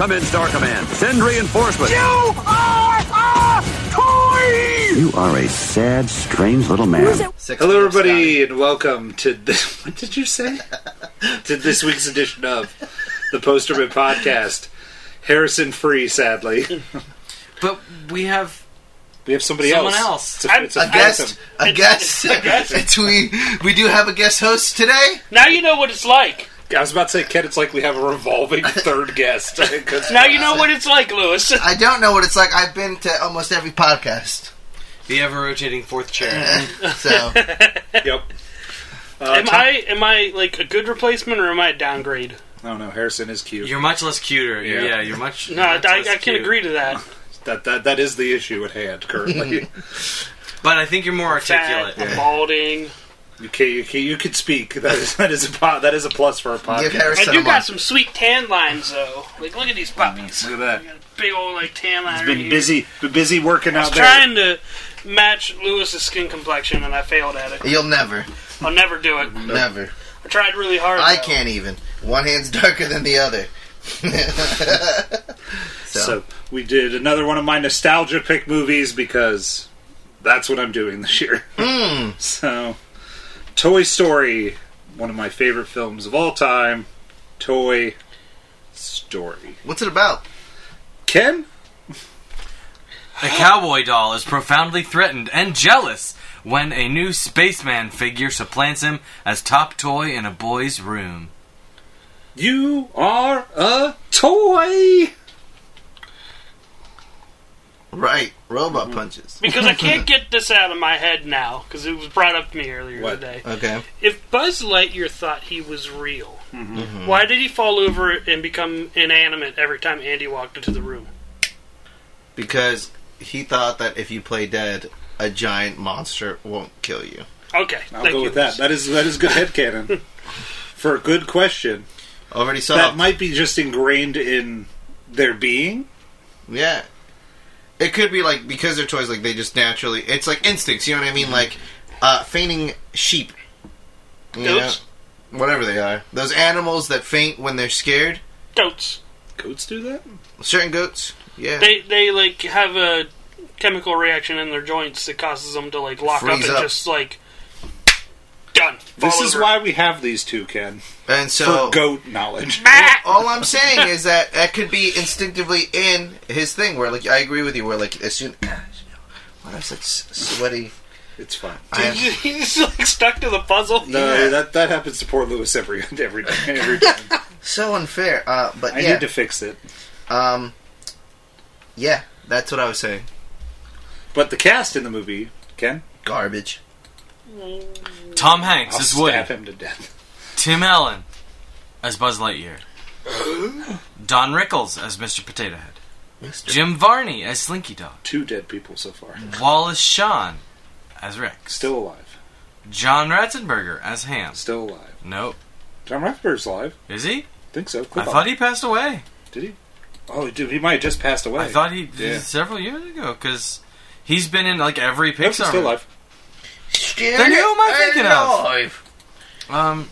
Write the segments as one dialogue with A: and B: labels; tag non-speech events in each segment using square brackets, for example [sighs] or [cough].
A: Come in, Star Command. Send reinforcements.
B: You are a toy!
A: You are a sad, strange little man.
C: Six
D: Hello,
C: minutes
D: everybody, and welcome to [laughs] this. What did you say? to this week's edition of the Posterman Podcast. Harrison free, sadly.
C: down. But we have
D: We have somebody
C: Someone else.
D: else. It's a, it's a
E: I'm-
C: I
E: A
D: phantom.
E: guest, a
F: [laughs]
E: guest. It's we we do have a guest host today.
F: Now you know what it's like.
D: I was about to say, Ken, it's like we have a
E: [laughs]
D: revolving
C: [laughs]
D: third guest. [laughs] 'Cause-
F: Now you know what it's like, Lewis.
D: Uh,
E: I don't know what it's like. I've been to almost every podcast,
C: the ever rotating fourth chair.
F: [laughs]
E: so
D: Yep. Uh,
F: [laughs] Am I am I like a good replacement or am I a downgrade?
D: Oh no, Harrison is cute.
C: You're much less cuter. Yeah,
D: Yeah.
C: you're much.
F: No, I,
C: much
F: I
C: less
F: can
C: cute.
F: agree to that.
D: That, that that is the issue at
E: [laughs]
D: hand currently.
C: But I think you're more articulate.
F: Fat, I'm balding.
D: you can you can you can speak. That is that is a po- that is a plus for a
E: give
D: podcast.
F: I
E: Harrison a
F: do got
E: month.
F: some sweet tan lines though. Like look at these puppies.
D: Look at that.
F: I got a big old like tan line.
D: He's
F: right
D: been
F: here.
D: busy been busy working
F: I was
D: out there.
F: trying to match Lewis's skin complexion and I failed at it.
E: You'll never,
F: I'll never do it.
E: never.
F: I tried really hard.
E: I
F: though.
E: can't even. One hand's [laughs] darker than the other.
D: So we did another one of my nostalgia pick movies because that's what I'm doing this year.
F: Hmm.
D: [laughs] So, Toy Story, one of my favorite films of all time. Toy Story.
E: What's it about?
D: Ken?
C: The cowboy doll is profoundly threatened and jealous when a new spaceman figure supplants him as top toy in a boy's room.
D: You are a toy!
E: Right,
F: Mm-hmm.
E: robot punches.
F: Because
D: [laughs]
F: I can't get this out of my head now, because it was brought up to me earlier
D: What? Oh.
F: today.
E: Okay,
F: If Buzz Lightyear thought he was real,
D: Mm-hmm.
E: Mm-hmm.
F: why did he fall over and become inanimate every time Andy walked into the room?
E: because he thought that if you play dead, a giant monster won't kill you.
F: Okay,
D: I'll
F: thank
D: go
F: you.
D: with that. That is that is good
F: [laughs]
D: headcanon. For a good question.
E: Already saw
D: That might be just ingrained in their being.
E: Yeah. It could be like because they're toys, like they just naturally. It's like instincts, you know what I mean? Like uh, fainting sheep. You
F: Goats,
E: know? Whatever they are. Those animals that faint when they're scared.
F: goats.
D: Goats do that?
E: Certain goats. Yeah.
F: They they like have a chemical reaction in their joints that causes them to like lock
E: Freeze
F: up and
E: up.
F: just like done. Fall
D: This is
F: over.
D: why we have these two, Ken.
E: and
D: For
E: so.
D: goat knowledge.
E: all I'm
D: [laughs]
E: saying is that that could be instinctively in his thing, where like I agree with you, where like as soon. [sighs] What I'm such sweaty.
D: It's fine.
E: I am-
F: [laughs] he's like stuck to the puzzle.
D: No,
E: Yeah.
D: that that happens to poor Lewis every
E: [laughs]
D: every day. Every time.
E: so unfair. Uh, but
D: I
E: yeah.
D: need to fix it.
E: um. Yeah, that's what I was saying.
D: But the cast in the movie, Ken,
E: Garbage.
C: Tom Hanks
D: I'll
C: as
D: stab
C: Woody.
D: him to death.
C: Tim Allen as Buzz Lightyear. Don Rickles as Mr. Potato Head.
E: Mister.
C: Jim Varney as Slinky Dog.
D: Two dead people so far,
C: Wallace Shawn as Rex.
D: still alive,
C: John Ratzenberger as Ham.
D: still alive.
C: Nope.
D: John Ratzenberger's alive.
C: Is he?
D: Think so.
C: I
D: Click on.
C: thought he passed away.
D: did he? Oh, dude, he might have just passed away.
C: I thought he
D: Yeah.
C: several years ago because he's been in like every
D: Nope, he's
C: Pixar.
D: still
C: movie.
D: alive.
C: Then who am I thinking of? Um,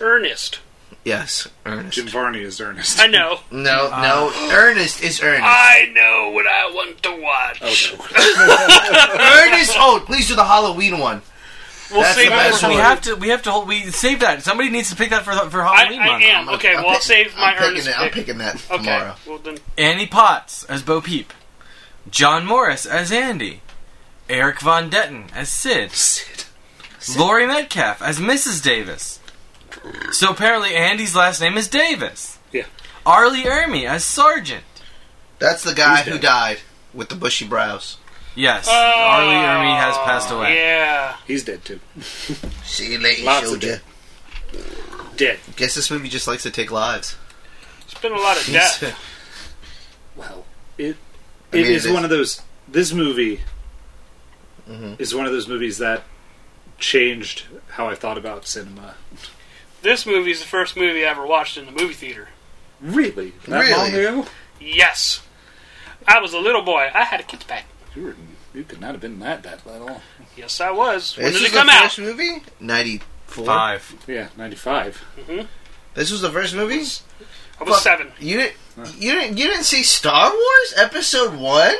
F: Ernest,
E: Yes, Ernest.
D: Jim Varney is Ernest. [laughs]
F: I know,
E: No,
C: Ah.
E: no, Ernest is Ernest.
F: I know what I want to watch.
D: Oh,
E: Ernest. Oh, please do the Halloween one.
F: We'll
E: That's
F: save
E: the
F: that
E: best
F: for
C: we
E: one.
C: have to we have to hold we save that. Somebody needs to pick that for for
F: I,
C: Halloween
F: I
C: month.
F: am. Okay, well, I'll save my
E: I'm picking
F: Ernest
E: it- I'm
F: pick.
E: picking that
F: okay,
E: tomorrow.
F: well then.
C: Annie Potts as Bo Peep. John Morris as Andy. Eric Von Detten as Sid.
D: Sid.
C: Lori Metcalf as Mrs. Davis. So apparently Andy's last name is Davis.
D: Yeah.
C: Arlie Ermy as Sergeant.
E: That's the guy
D: Who's
E: who
D: dead?
E: died with the bushy brows.
C: Yes,
F: Oh,
C: Arlie Ermy has passed away.
F: Yeah.
D: He's dead too.
E: See you later,
D: Lots of
E: soldier.
D: Dead.
E: Guess this movie just likes to take lives.
F: It's been a lot of
E: [laughs]
F: death.
D: Well, it
E: I mean,
D: it is
E: it is-
D: one of those. This movie
E: Mm-hmm.
D: is one of those movies that changed how I thought about cinema.
F: this movie's the first movie I ever watched in the movie theater.
D: Really? That
E: Really?
D: long ago?
F: Yes. I was a little boy. I had a kid's pack.
D: You, were, you could not have been that that little.
F: Yes, I was. When
E: this
F: did
E: was
F: it come
E: the
F: out?
E: first movie? Ninety four.
C: Five.
D: Yeah, 95.
E: This was the first movie.
F: I was seven.
E: You didn't. You didn't. You didn't see Star Wars Episode One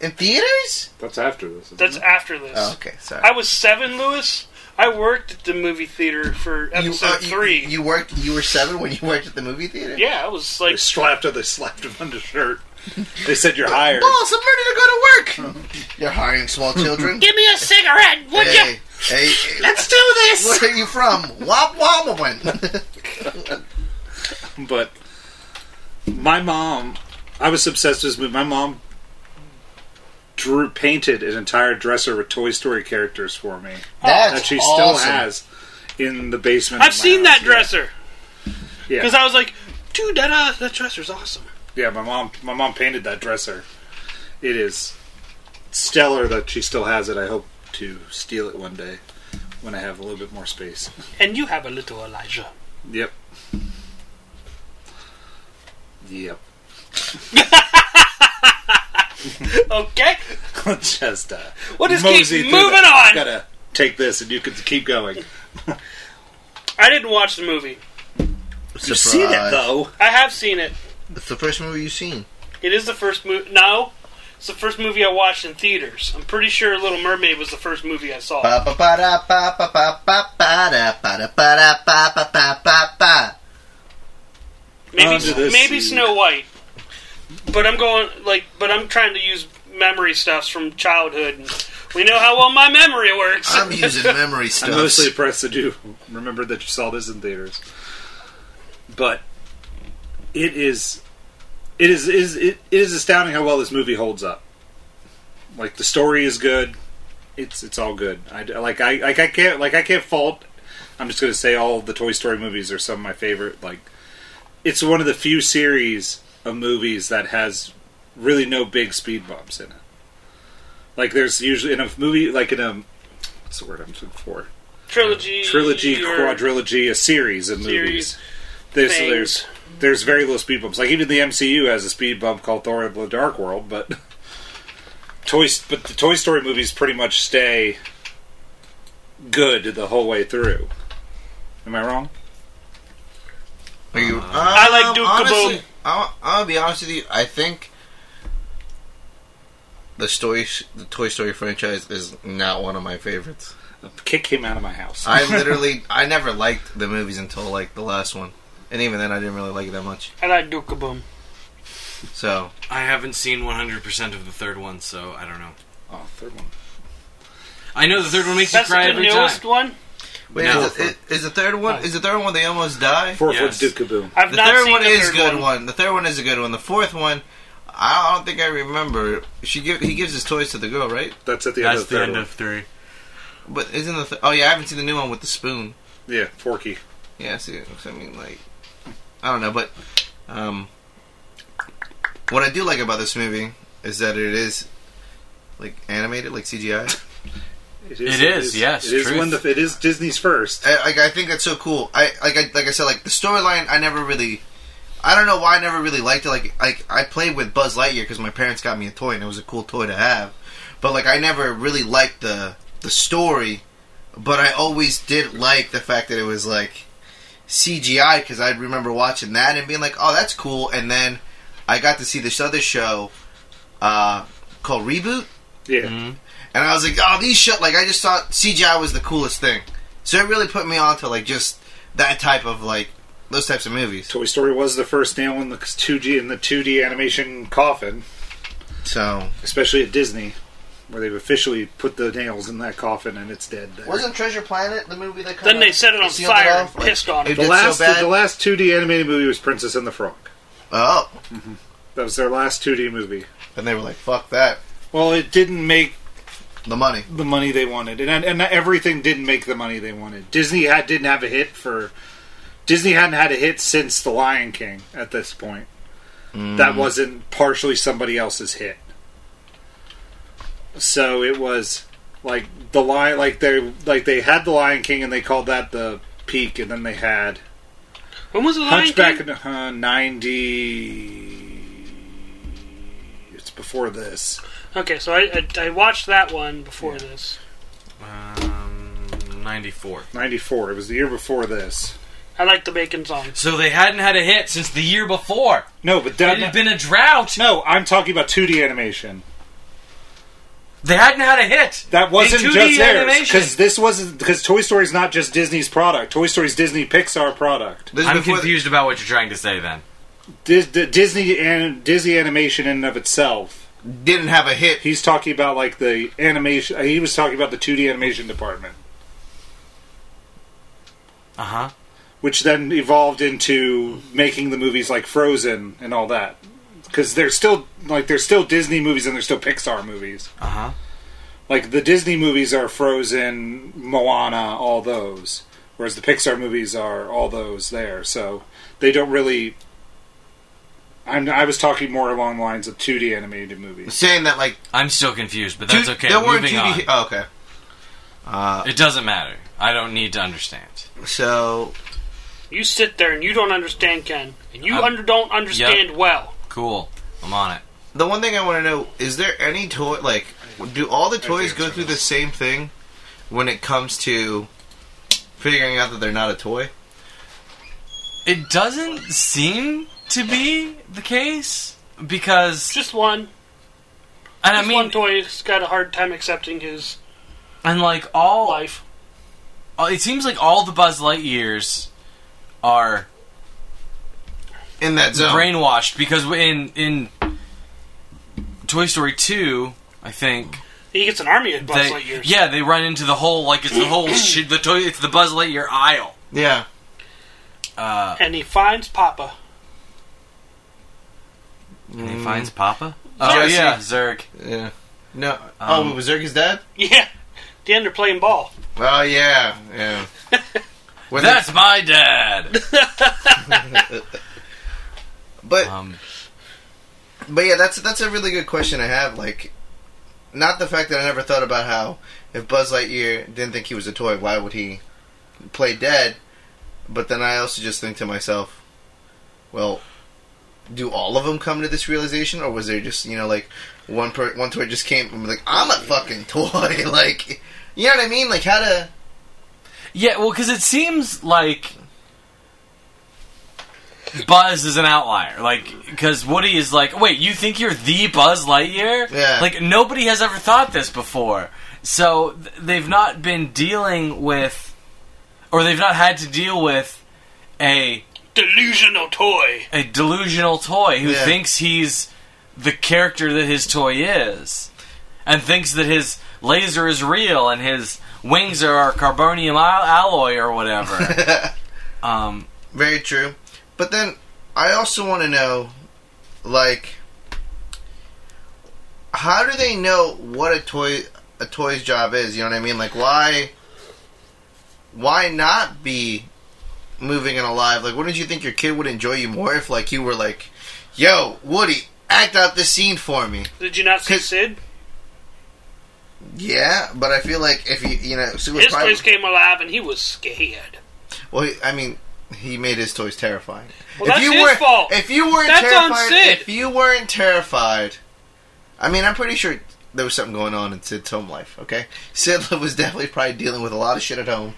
E: in theaters?
D: That's after this. Isn't
F: That's
D: it?
F: after this.
E: Oh, okay. Sorry.
F: I was seven, Lewis. I worked at the movie theater for
E: you,
F: episode
E: uh, you-
F: three.
E: You, worked. You were seven when you worked at the movie theater.
F: yeah, I was
D: They
F: like,
D: slapped her. They slapped him under shirt. [laughs] They said you're hired.
E: Boss, I'm ready to Oh, go to work. [laughs] You're hiring small children.
D: [laughs]
F: "Give me a cigarette, would
E: hey, hey, hey,
F: Let's do this."
E: where are you from? Wop [laughs]
D: Oh.
E: Wobblin.
D: But my mom, I was obsessed with this movie. My mom drew, painted an entire dresser with Toy Story characters for me
E: That's
D: that she
E: awesome.
D: still has in the basement.
F: I've
D: of my
F: seen
D: house.
F: that dresser
D: Yeah,
F: because
D: yeah.
F: I was like, "Dude, that uh, that dresser's awesome."
D: Yeah, my mom, my mom painted that dresser. It is stellar that she still has it. I hope to steal it one day when I have a little bit more space.
F: And you have a little Elijah.
D: Yep. Yep. [laughs]
F: Okay,
D: Just uh,
F: we'll just
D: mosey
F: keep
D: through
F: moving
D: that.
F: on.
D: I gotta take this, and you can keep going.
F: I didn't watch the movie.
E: You've
D: seen it though.
F: I have seen it.
E: It's the first movie you've seen.
F: It is the first movie. No, it's the first movie I watched in theaters. I'm pretty sure Little Mermaid was the first movie I saw.
E: Ba ba ba da ba ba ba ba ba da ba da ba da ba ba ba ba ba. uh,
F: maybe
D: Under the
F: maybe
D: sea.
F: Snow White. But I'm going like, but I'm trying to use memory stuffs from childhood. And we know how well my memory works.
E: I'm using
D: [laughs]
E: memory
D: I'm
E: stuff.
D: mostly impressed that you remember that you saw this in theaters, but it is it is is it, it is astounding how well this movie holds up. Like the story is good. It's it's all good. I like I like I can't like I can't fault. I'm just gonna say all the Toy Story movies are some of my favorite. Like it's one of the few series of movies that has really no big speed bumps in it. Like there's usually in a movie like in a what's the word I'm looking for
F: trilogy,
D: trilogy,
F: or-
D: quadrilogy, a series of
F: Series
D: movies. There's,
F: things.
D: there's there's very little speed bumps. Like even the MCU has a speed bump called Thor: The Dark World, but [laughs] Toy but the Toy Story movies pretty much stay good the whole way through. Am I wrong?
E: Are you,
F: I like
E: Um,
F: Duke
E: honestly,
F: Kaboom.
E: I'll, I'll be honest with you. I think the story, the Toy Story franchise, is not one of my favorites.
D: Kick him out of my house.
F: [laughs]
E: I literally, I never liked the movies until like the last one, and even then, I didn't really like it that much.
F: I like Duke Kaboom.
E: So
C: I haven't seen 100% of the third one, so I don't know.
D: oh, third one.
C: I know the third one makes
F: That's
C: you cry
F: the
C: every
F: newest
C: time.
F: one.
E: wait,
C: No.
E: is, the, is the third one? Is the third one they almost die?
D: Fourth
C: Yes.
D: one's Duke Kaboom.
F: I've
E: The
F: not
E: third
F: seen
E: one
F: the
E: is
F: third
E: good
F: one.
E: one. The third one is a good one. The fourth one, I don't think I remember. She give, he gives his toys to the girl, right?
D: That's at the end
C: That's
D: of the
C: the
D: third
C: end
D: one.
C: of three.
E: But isn't the th- oh yeah, I haven't seen the new one with the spoon.
D: yeah, Forky.
E: Yeah, I see, I mean, like, I don't know, but um, what I do like about this movie is that it is like animated, like CGI.
C: It is, yes,
D: It is
C: truth.
D: one. of The, it is Disney's first.
E: I, like, I think that's so cool. I like, I, like I said, like the storyline. I never really, I don't know why I never really liked it. Like, like I played with Buzz Lightyear because my parents got me a toy, and it was a cool toy to have. But like, I never really liked the the story. But I always did like the fact that it was like CGI because I remember watching that and being like, "Oh, that's cool." And then I got to see this other show uh, called Reboot,
D: Yeah,
C: Mm-hmm.
E: and I was like, "Oh, these shit!" Like I just thought CGI was the coolest thing. So it really put me onto like just that type of like those types of movies.
D: Toy Story was the first nail in the two G in the two D animation coffin.
E: So
D: especially at Disney, where they've officially put the nails in that coffin and it's dead. There.
E: wasn't Treasure Planet the movie that?
F: Then they set it on fire and pissed on it.
E: It
D: the
E: did
D: last
E: so bad.
D: the last 2D animated movie was Princess and the Frog.
E: oh,
D: That was their last 2D movie.
E: and they were like, "Fuck that."
D: Well, it didn't make
E: The money.
D: the money they wanted, and and everything didn't make the money they wanted. Disney had didn't have a hit for Disney hadn't had a hit since The Lion King at this point. That wasn't partially somebody else's hit. So it was like the lion, like they like they had The Lion King, and they called that the peak, and then they had
F: When was the Lion
D: Hunchback
F: King?
D: in uh, ninety. It's before this.
F: Okay, so I, I I watched that one before this.
C: Um, 94.
D: Ninety four. It was the year before this.
F: I like the bacon song.
C: So they hadn't had a hit since the year before.
D: No, but
C: It had
D: that,
C: been a drought.
D: no, I'm talking about 2D animation.
C: They hadn't had a hit.
D: That wasn't
C: In 2D
D: just theirs
C: animation.
D: because this wasn't because Toy Story is not just Disney's product. Toy Story's Disney Pixar product.
E: This is
C: I'm
E: before-
C: confused about what you're trying to say then.
D: Dis- the Disney and Disney animation in and of itself.
E: didn't have a hit.
D: He's talking about like the animation. He was talking about the 2D animation department,
C: Uh huh.
D: which then evolved into making the movies like Frozen and all that. Because they're still like they're still Disney movies and they're still Pixar movies.
C: Uh huh.
D: Like the Disney movies are Frozen, Moana, all those, whereas the Pixar movies are all those there. So they don't really. I'm, I was talking more along the lines of 2D animated movies.
E: Saying that like
C: I'm still confused, but
E: two-
C: that's okay.
E: There weren't
C: Moving
E: two
C: on.
E: D. Oh, okay. Uh,
C: It doesn't matter. I don't need to understand.
E: so
F: You sit there and you don't understand, Ken, and you
C: Um,
F: under, don't understand well.
C: Cool. I'm on it.
E: the one thing I want to know is there any toy like do all the toys go through the same thing when it comes to figuring out that they're not a toy?
C: It doesn't seem to be the case because,
F: Just one.
C: and I
F: Just one
C: mean,
F: toy's got a hard time accepting his
C: and like all
F: life.
C: Uh, It seems like all the Buzz Lightyears are
E: In that zone.
C: brainwashed because in in Toy Story two, I think
F: He gets an army of Buzz
C: they
F: Lightyears.
C: yeah they run into the whole like it's the
F: [clears throat]
C: whole shit the toy it's the Buzz Lightyear aisle.
E: yeah.
C: Uh,
F: And he finds Papa. [laughs]
C: and he finds Papa. Oh
E: Jesse.
C: yeah, Zerg.
E: Yeah. No.
C: Um,
E: oh, it was Zergy's dad?
F: Yeah. At the end, they're playing ball.
E: Oh yeah,
C: [laughs]
E: yeah. When
C: That's my dad. [laughs]
E: they- but
C: Um,
E: but yeah, that's that's a really good question I have. Like, not the fact that I never thought about how if Buzz Lightyear didn't think he was a toy, why would he play dead? But then I also just think to myself, well, do all of them come to this realization, or was there just you know like one per- one toy just came and was like I'm a fucking toy, [laughs] like you know what I mean? Like how to
C: yeah, well, because it seems like Buzz is an outlier. Like, because Woody is like, wait, you think you're the Buzz Lightyear?
E: Yeah.
C: Like, nobody has ever thought this before. So th- they've not been dealing with, or they've not had to deal with a
F: Delusional toy.
C: a delusional toy who
E: Yeah.
C: thinks he's the character that his toy is, and thinks that his laser is real and his wings are carbonium al- alloy or
E: [laughs]
C: whatever. um,
E: Very true. But then I also want to know, like, how do they know what a toy a toy's job is? You know what I mean? Like, why why not be moving and alive? Like, wouldn't you think your kid would enjoy you more if, like, you were like, "Yo, Woody, act out this scene for me"?
F: Did you not see
E: Cause-
F: Sid?
E: Yeah, but I feel like if you you know, so
F: His
E: probably,
F: toys came alive and he was scared.
E: well, he- I mean. He made his toys terrifying.
F: Well, that's his
E: were,
F: fault.
E: If you weren't
F: That's on
E: terrified,
F: Sid.
E: if you weren't terrified, I mean, I'm pretty sure there was something going on in Sid's home life. Okay, Sid [laughs] was definitely probably dealing with a lot of shit at home.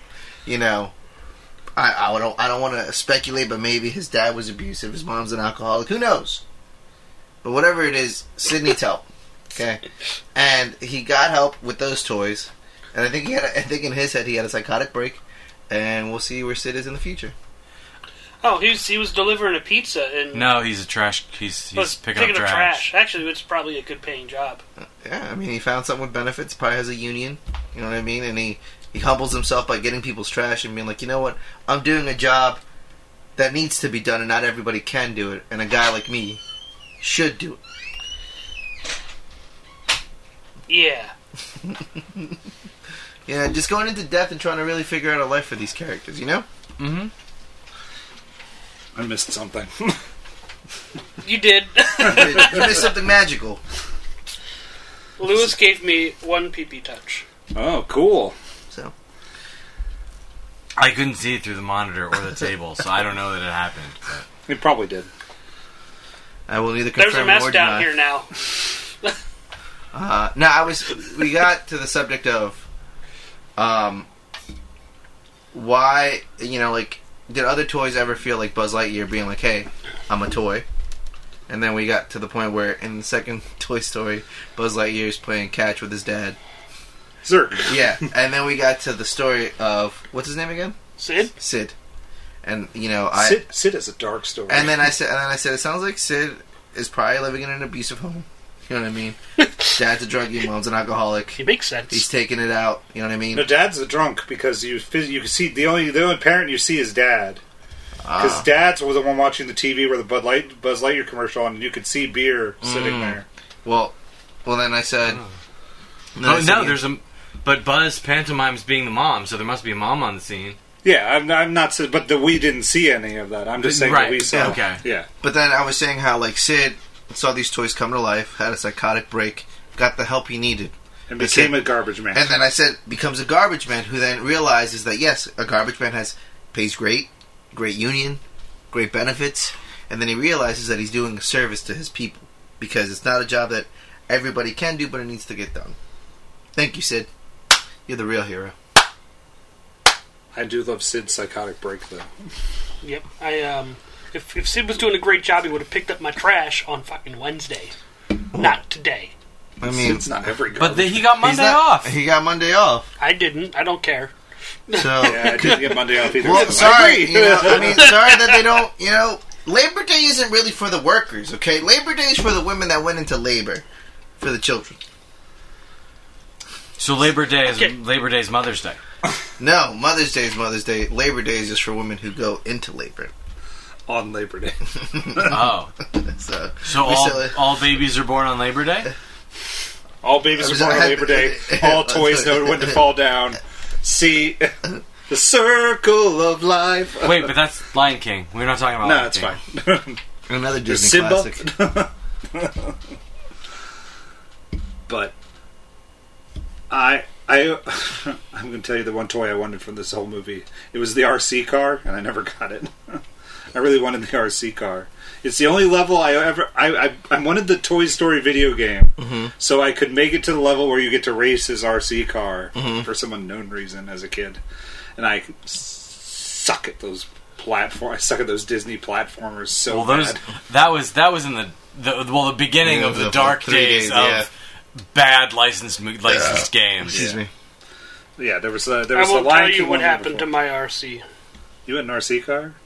E: You know, I, I don't I don't want to speculate, but maybe his dad was abusive, his mom's an alcoholic. Who knows? But whatever it is, Sid needs help. Okay, and he got help with those toys, and I think he had. A, I think in his head he had a psychotic break, and we'll see where Sid is in the future.
F: Oh, he was, he was delivering a pizza and
C: no, he's a trash. He's he's
F: was
C: picking, up trash.
F: Actually, it's probably a good paying job.
E: Yeah, I mean, he found something with benefits. Probably has a union. You know what I mean? And he he humbles himself by getting people's trash and being like, you know what? I'm doing a job that needs to be done, and not everybody can do it. And a guy like me should do it.
F: Yeah.
E: Yeah, just going into depth and trying to really figure out a life for these characters. You know?
C: Mm-hmm.
D: I missed something.
F: You did. [laughs]
E: you you missed something magical.
F: Lewis gave me one PP touch.
D: [laughs] oh, cool.
E: So
C: I couldn't see it through the monitor or the table, so I don't know that it happened.
D: It probably did.
E: I will neither confirm
F: There's a mess
E: nor deny.
F: down here now.
E: Uh, no, I was. We got to the subject of, um, why you know, like did other toys ever feel like Buzz Lightyear being like, "Hey, I'm a toy," and then we got to the point where in the second [laughs] Toy Story, Buzz Lightyear is playing catch with his dad.
D: Zerk.
E: Yeah, and then we got to the story of what's his name again,
F: Sid?
E: Sid, and you know I.
D: Sid, Sid is a dark story.
E: And then I said, and then I said, it sounds like Sid is probably living in an abusive home. You know what I mean? Dad's a druggie, mom's an alcoholic.
F: It makes
E: He's
F: sense.
E: taking it out. You know what I mean?
D: no, dad's a drunk because you phys- you can see the only the only parent you see is dad because
E: Ah.
D: dad's was the one watching the TV where the Bud Light Buzz Lightyear commercial and you could see beer
E: Mm.
D: sitting there.
E: Well, well, then I said. then I
C: Oh,
E: said,
C: no,
E: you-
C: there's a. But Buzz pantomimes being the mom, so there must be a mom on the scene.
D: Yeah, I'm, I'm not, s- but the, we didn't see any of that. I'm just saying
C: Right,
D: that we saw.
C: okay.
D: Yeah,
E: But then I was saying how like Sid saw these toys come to life, had a psychotic break, got the help he needed,
D: and
E: That's
D: became
E: it.
D: a garbage man.
E: and then I said becomes a garbage man who then realizes that yes, a garbage man has pays great, great union, great benefits, and then he realizes that he's doing a service to his people because it's not a job that everybody can do, but it needs to get done. Thank you, Sid. You're the real hero.
D: I do love Sid's psychotic break though.
F: Yep. I um, if, if Sid was doing a great job, he would have picked up my trash on fucking Wednesday, not today.
E: I mean,
D: Sid's not every garbage.
C: But then he got
E: he's
C: Monday
E: not-
C: off.
E: He got Monday off.
F: I didn't. I don't care.
E: So
D: [laughs] yeah, I didn't get Monday off either.
E: Well,
D: I
E: sorry,
D: agree.
E: you know, I mean, sorry that they don't, you know, Labor Day isn't really for the workers, okay? Labor Day is for the women that went into labor, for the children.
C: So Labor Day is
F: Okay.
C: Labor Day is Mother's Day.
E: No, Mother's Day is Mother's Day. Labor Day is just for women who go into labor.
D: on Labor Day.
C: Oh,
E: So,
C: so
E: we
C: all,
E: still-
C: all babies are born on Labor Day.
D: [laughs] All babies are born on
E: [laughs]
D: Labor Day. All toys know when to fall down. See [laughs] the circle of life.
E: Oh,
C: Wait, but that's Lion King. We're not talking about.
D: No,
C: Lion
D: that's
C: King.
D: fine.
E: another Disney
D: Simba.
E: classic.
D: but I I [laughs] I'm going to tell you the one toy I wanted from this whole movie. It was the RC car, and I never got it. [laughs] I really wanted the RC car. It's the only level I ever I I, I wanted the Toy Story video game,
C: Mm-hmm.
D: so I could make it to the level where you get to race his RC car
C: Mm-hmm.
D: for some unknown reason as a kid, and I suck at those platform. I suck at those Disney platformers so
C: Well, those
D: bad.
C: that was that was in the, the well the beginning
E: Yeah,
C: of the,
E: the
C: dark
E: three
C: days,
E: days,
C: of
E: yeah.
C: bad licensed mo- licensed games.
E: Excuse me.
D: Yeah, there was a, there
F: I
D: was a
F: won't
D: Lion
F: tell you
D: King
F: what
D: one year
F: happened to
D: before.
F: my RC.
D: You had an RC car?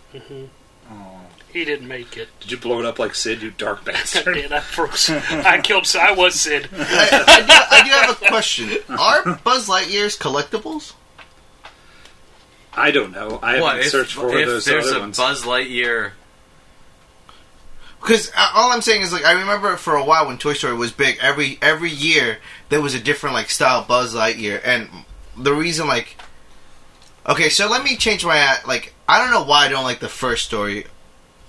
F: He didn't make it.
D: Did you blow it up like Sid, you dark
C: [laughs]
F: I [laughs]
D: bastard?
F: did. I froze. I killed. Sid. I was Sid.
E: I, I do, I do have a question. Are Buzz Lightyear's collectibles?
D: I don't know. I
C: What
D: haven't
C: if,
D: searched for
C: if
D: those
C: there's
D: other
C: a
D: ones.
C: Buzz Lightyear?
E: Because uh, all I'm saying is, like, I remember for a while when Toy Story was big. Every every year there was a different like style Buzz Lightyear, and the reason, like, okay, so let me change my uh, like. I don't know why I don't like the first story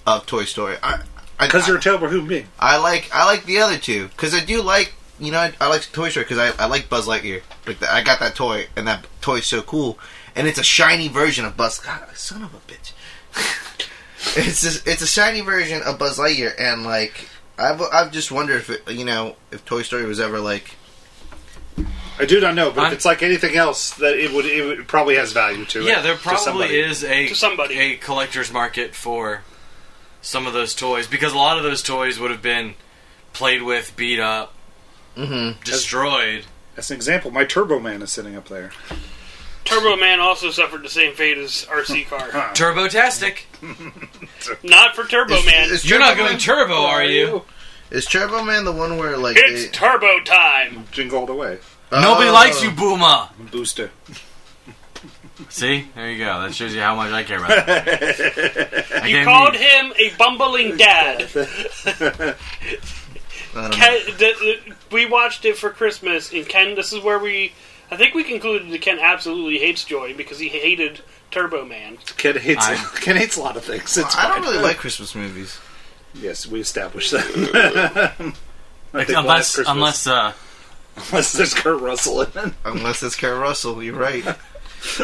E: of Toy Story. I I,
D: Because you're
E: I,
D: a terrible human being.
E: I like I like the other two because I do like you know I, I like Toy Story because I, I like Buzz Lightyear. Like I got that toy, and that toy's so cool, and it's a shiny version of Buzz. God, son of a bitch. [laughs] it's just, it's a shiny version of Buzz Lightyear, and like I've I've just wondered if it, you know if Toy Story was ever like
D: I do not know, but
C: I'm-
D: if it's like anything else, that it would it would, probably has value to it.
C: Yeah, there
D: to somebody.
C: probably is a
F: To somebody.
C: a collector's market for some of those toys because a lot of those toys would have been played with, beat up,
D: Mm-hmm.
C: destroyed.
D: As an example, my Turbo Man is sitting up there.
F: Turbo Man also suffered the same fate as
D: [laughs]
F: RC car.
C: Turbo Tastic.
F: Not for Turbo
E: is,
F: Man.
E: is
C: You're not
E: Turbo
C: going
E: Man-
C: turbo, Oh, are you?
E: Is Turbo Man the one where like
F: it's
E: they-
F: Turbo time.
D: Jingle all the way.
C: Nobody
E: Oh.
C: likes you, Booma.
D: Booster.
C: See, there you go. That shows you how much I care about.
D: [laughs]
C: It. I
F: You
C: gave
F: called
C: you-
F: him a bumbling dad.
E: I don't know.
F: Ken, th- th- we watched it for Christmas, and Ken, this is where we. I think we concluded that Ken absolutely hates Joy because he hated Turbo Man.
D: Ken hates
C: I-
D: [laughs] Ken hates a lot of things. It's
E: I
D: fine.
E: don't really like Christmas movies.
D: Yes, we established [laughs] that. I think last
C: unless
D: Christmas-
C: unless uh,
D: [laughs] unless there's Kurt Russell in it.
E: Unless it's Kurt Russell,
C: [laughs]
E: you're right.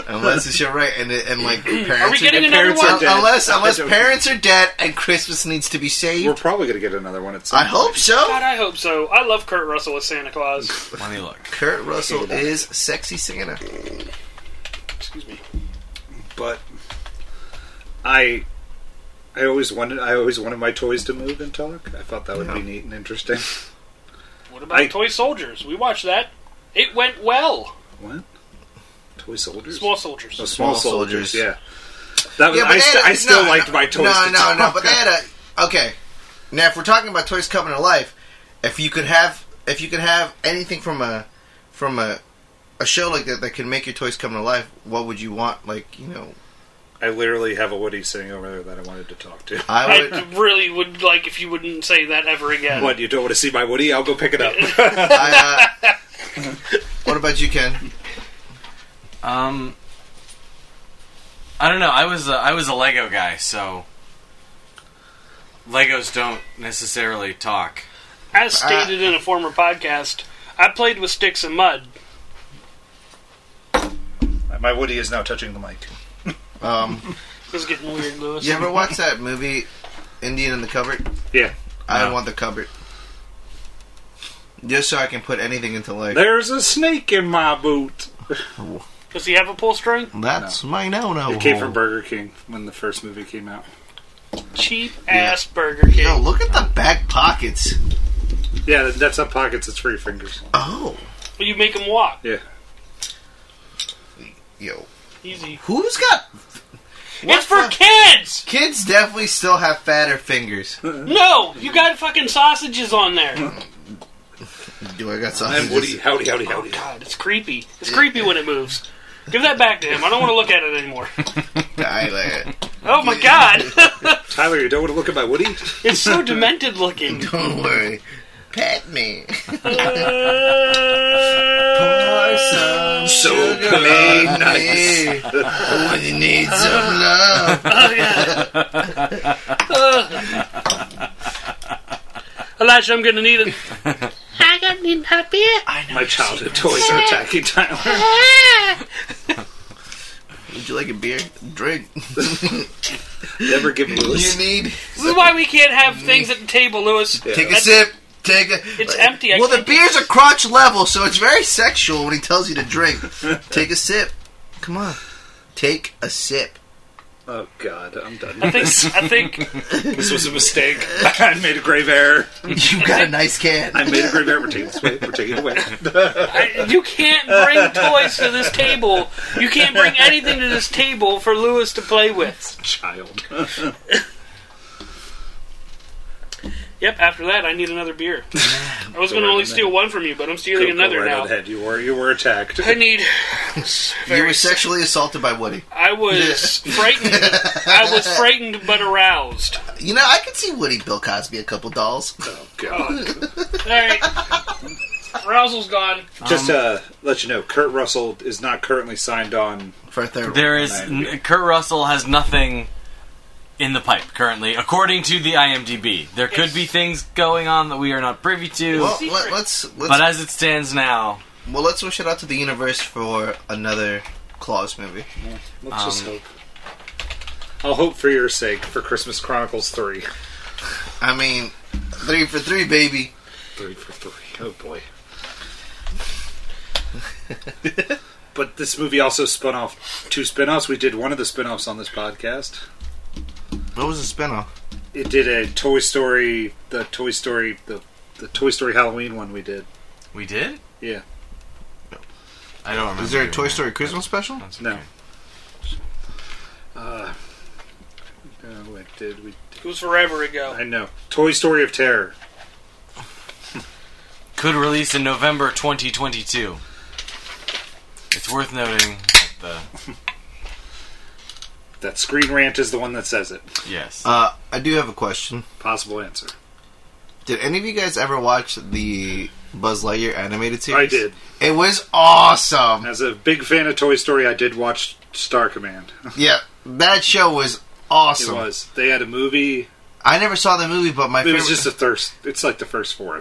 E: Unless it's your right, and it, and like parents
F: Are we getting
E: are
F: another
D: parents are
F: one?
D: dead.
E: unless unless
D: I don't-
E: parents are dead and Christmas needs to be
D: We're
E: saved.
D: probably going to get another one at some
E: I hope
F: God,
E: so.
F: I hope so. I love Kurt Russell as
E: [laughs]
F: Santa Claus.
C: let me look.
E: Kurt Russell is sexy Santa.
F: Excuse me.
D: but I I always wanted I always wanted my toys to move and talk. I thought that would be
E: Yeah.
D: neat and interesting. [laughs]
F: What about
D: I-
F: Toy Soldiers? We watched that. It went well.
D: what? Toy soldiers?
F: Small
D: No,
F: Soldiers.
D: small,
E: Small
D: soldiers.
E: soldiers.
D: Yeah. That was,
E: Yeah, but
D: I,
E: they
D: st-
E: had a-
D: I still
E: no,
D: liked
E: no,
D: my toys.
E: No,
D: to
E: no,
D: talk.
E: no. But they had a okay. Now, if we're talking about toys coming to life, if you could have, if you could have anything from a, from a, a show like that that can make your toys come to life, what would you want? Like, you know,
D: I literally have a Woody sitting over there that I wanted to
E: [laughs]
D: talk to.
E: I would.
D: [laughs]
F: I really would like if you wouldn't say that ever again.
D: What you don't want to see my Woody? I'll go pick it up. [laughs]
E: I, uh, what about you, Ken?
C: Um, I don't know. I was a, I was a Lego guy, so Legos don't necessarily talk.
F: As stated in a former podcast, I played with sticks and mud.
D: my Woody is now touching the mic.
E: Um,
F: This is getting weird, Lewis.
E: you ever watch that movie, Indian in the Cupboard?
D: Yeah.
E: I
C: No.
E: want the cupboard. Just so I can put anything into life.
D: There's a snake in my boot.
F: Does he have a pull string?
E: That's my no-no.
D: It came from Burger King when the first movie came out.
F: Cheap
E: Yeah.
F: ass Burger King.
E: Yo, look at the back pockets.
D: Yeah, that's up pockets. It's for your fingers.
E: Oh,
F: But you make him walk.
D: Yeah.
E: yo,
F: Easy.
E: who's got?
F: it's for
E: the-
F: kids!
E: Kids definitely still have fatter fingers.
F: No! You got fucking sausages on there.
E: Yo, I got
D: And
E: sausages.
D: Woody, howdy, howdy, howdy.
F: God, it's creepy. It's creepy when it moves. Give that back to him. I don't want to look at it anymore.
E: I like
D: [laughs]
E: it.
F: Oh my god! [laughs]
D: Tyler, you don't want to look at my Woody?
F: it's so demented looking.
E: [laughs]
F: Uh,
E: Don't worry. Pet
D: [laughs]
E: me.
D: So uh, plain, Oh, nice.
E: Hey, when you need some
D: [laughs]
E: love. [laughs]
F: Uh. Elijah, I'm gonna need it.
D: My childhood toys are attacking Tyler.
E: Would you like a beer?
D: [laughs]
E: Drink.
D: [laughs] Never give
E: You
D: Lewis.
E: need.
F: This is why we can't have things at the table, Lewis.
E: Take a sip. Take a.
F: It's empty, I
E: well, the
F: can't-
E: beer's a crotch level, so it's very sexual when he tells you
C: [laughs]
E: to drink. Take a sip. Come on. Take a sip.
D: Oh, God, I'm done.
F: I think, I think
D: This was a mistake. [laughs] I made a grave error.
E: You got a nice can.
D: I made a grave error. We're taking this away. We're taking
A: [laughs]
D: it away.
F: I, you can't bring toys to this table. You can't bring anything to this table for Lewis to play with.
D: [laughs] Child.
F: Yep, after that, I need another beer. I was going to
D: Go
F: only
D: right
F: steal one from you, but I'm stealing another
D: right
F: now.
D: ahead. You were, you were attacked.
F: I need.
E: You were sexually assaulted by Woody.
F: I was frightened. I was frightened but aroused.
E: You know, I could see Woody Bill Cosby a couple dolls. [laughs]
D: Oh, God.
F: All right, Rousel's gone.
D: Just uh, let you know, Kurt Russell is not currently signed on.
E: For a third
C: There is
D: Right.
C: n- Kurt Russell has nothing in the pipe currently, according to the IMDb. There could be things going on that we are not privy to,
E: Well,
F: secret.
E: let, us let's
C: but as it stands now,
E: well let's wish it out to the universe for another Claus movie.
D: Let's just hope. I'll hope for your sake for Christmas Chronicles 3.
E: I mean, three for three, baby.
D: Three for three. Oh boy. but this movie also spun off two spin offs. We did one of the spin offs on this podcast.
E: What was the spinoff?
D: It did a Toy Story, the Toy Story, the, the Toy Story Halloween one we did.
C: we did.
D: Yeah.
C: I don't remember.
E: Is there a Toy Story Christmas special?
D: No. Uh, uh, what did we?
F: It was forever ago.
D: I know. Toy Story of Terror.
C: Could release in November 2022. It's worth noting. That
D: That Screen Rant is the one that says it.
C: the yes,
E: Uh, I do have a question.
D: Possible answer.
E: Did any of you guys ever watch the Buzz Lightyear animated
D: I
E: series?
D: did.
E: It was awesome.
D: As a big fan of Toy Story, I did watch Star Command.
E: Yeah, that show was
D: It
E: awesome.
D: was. They had a movie.
E: I never saw the movie, but my
D: It
E: favorite.
D: was just the first. It's like the first four
E: Uh,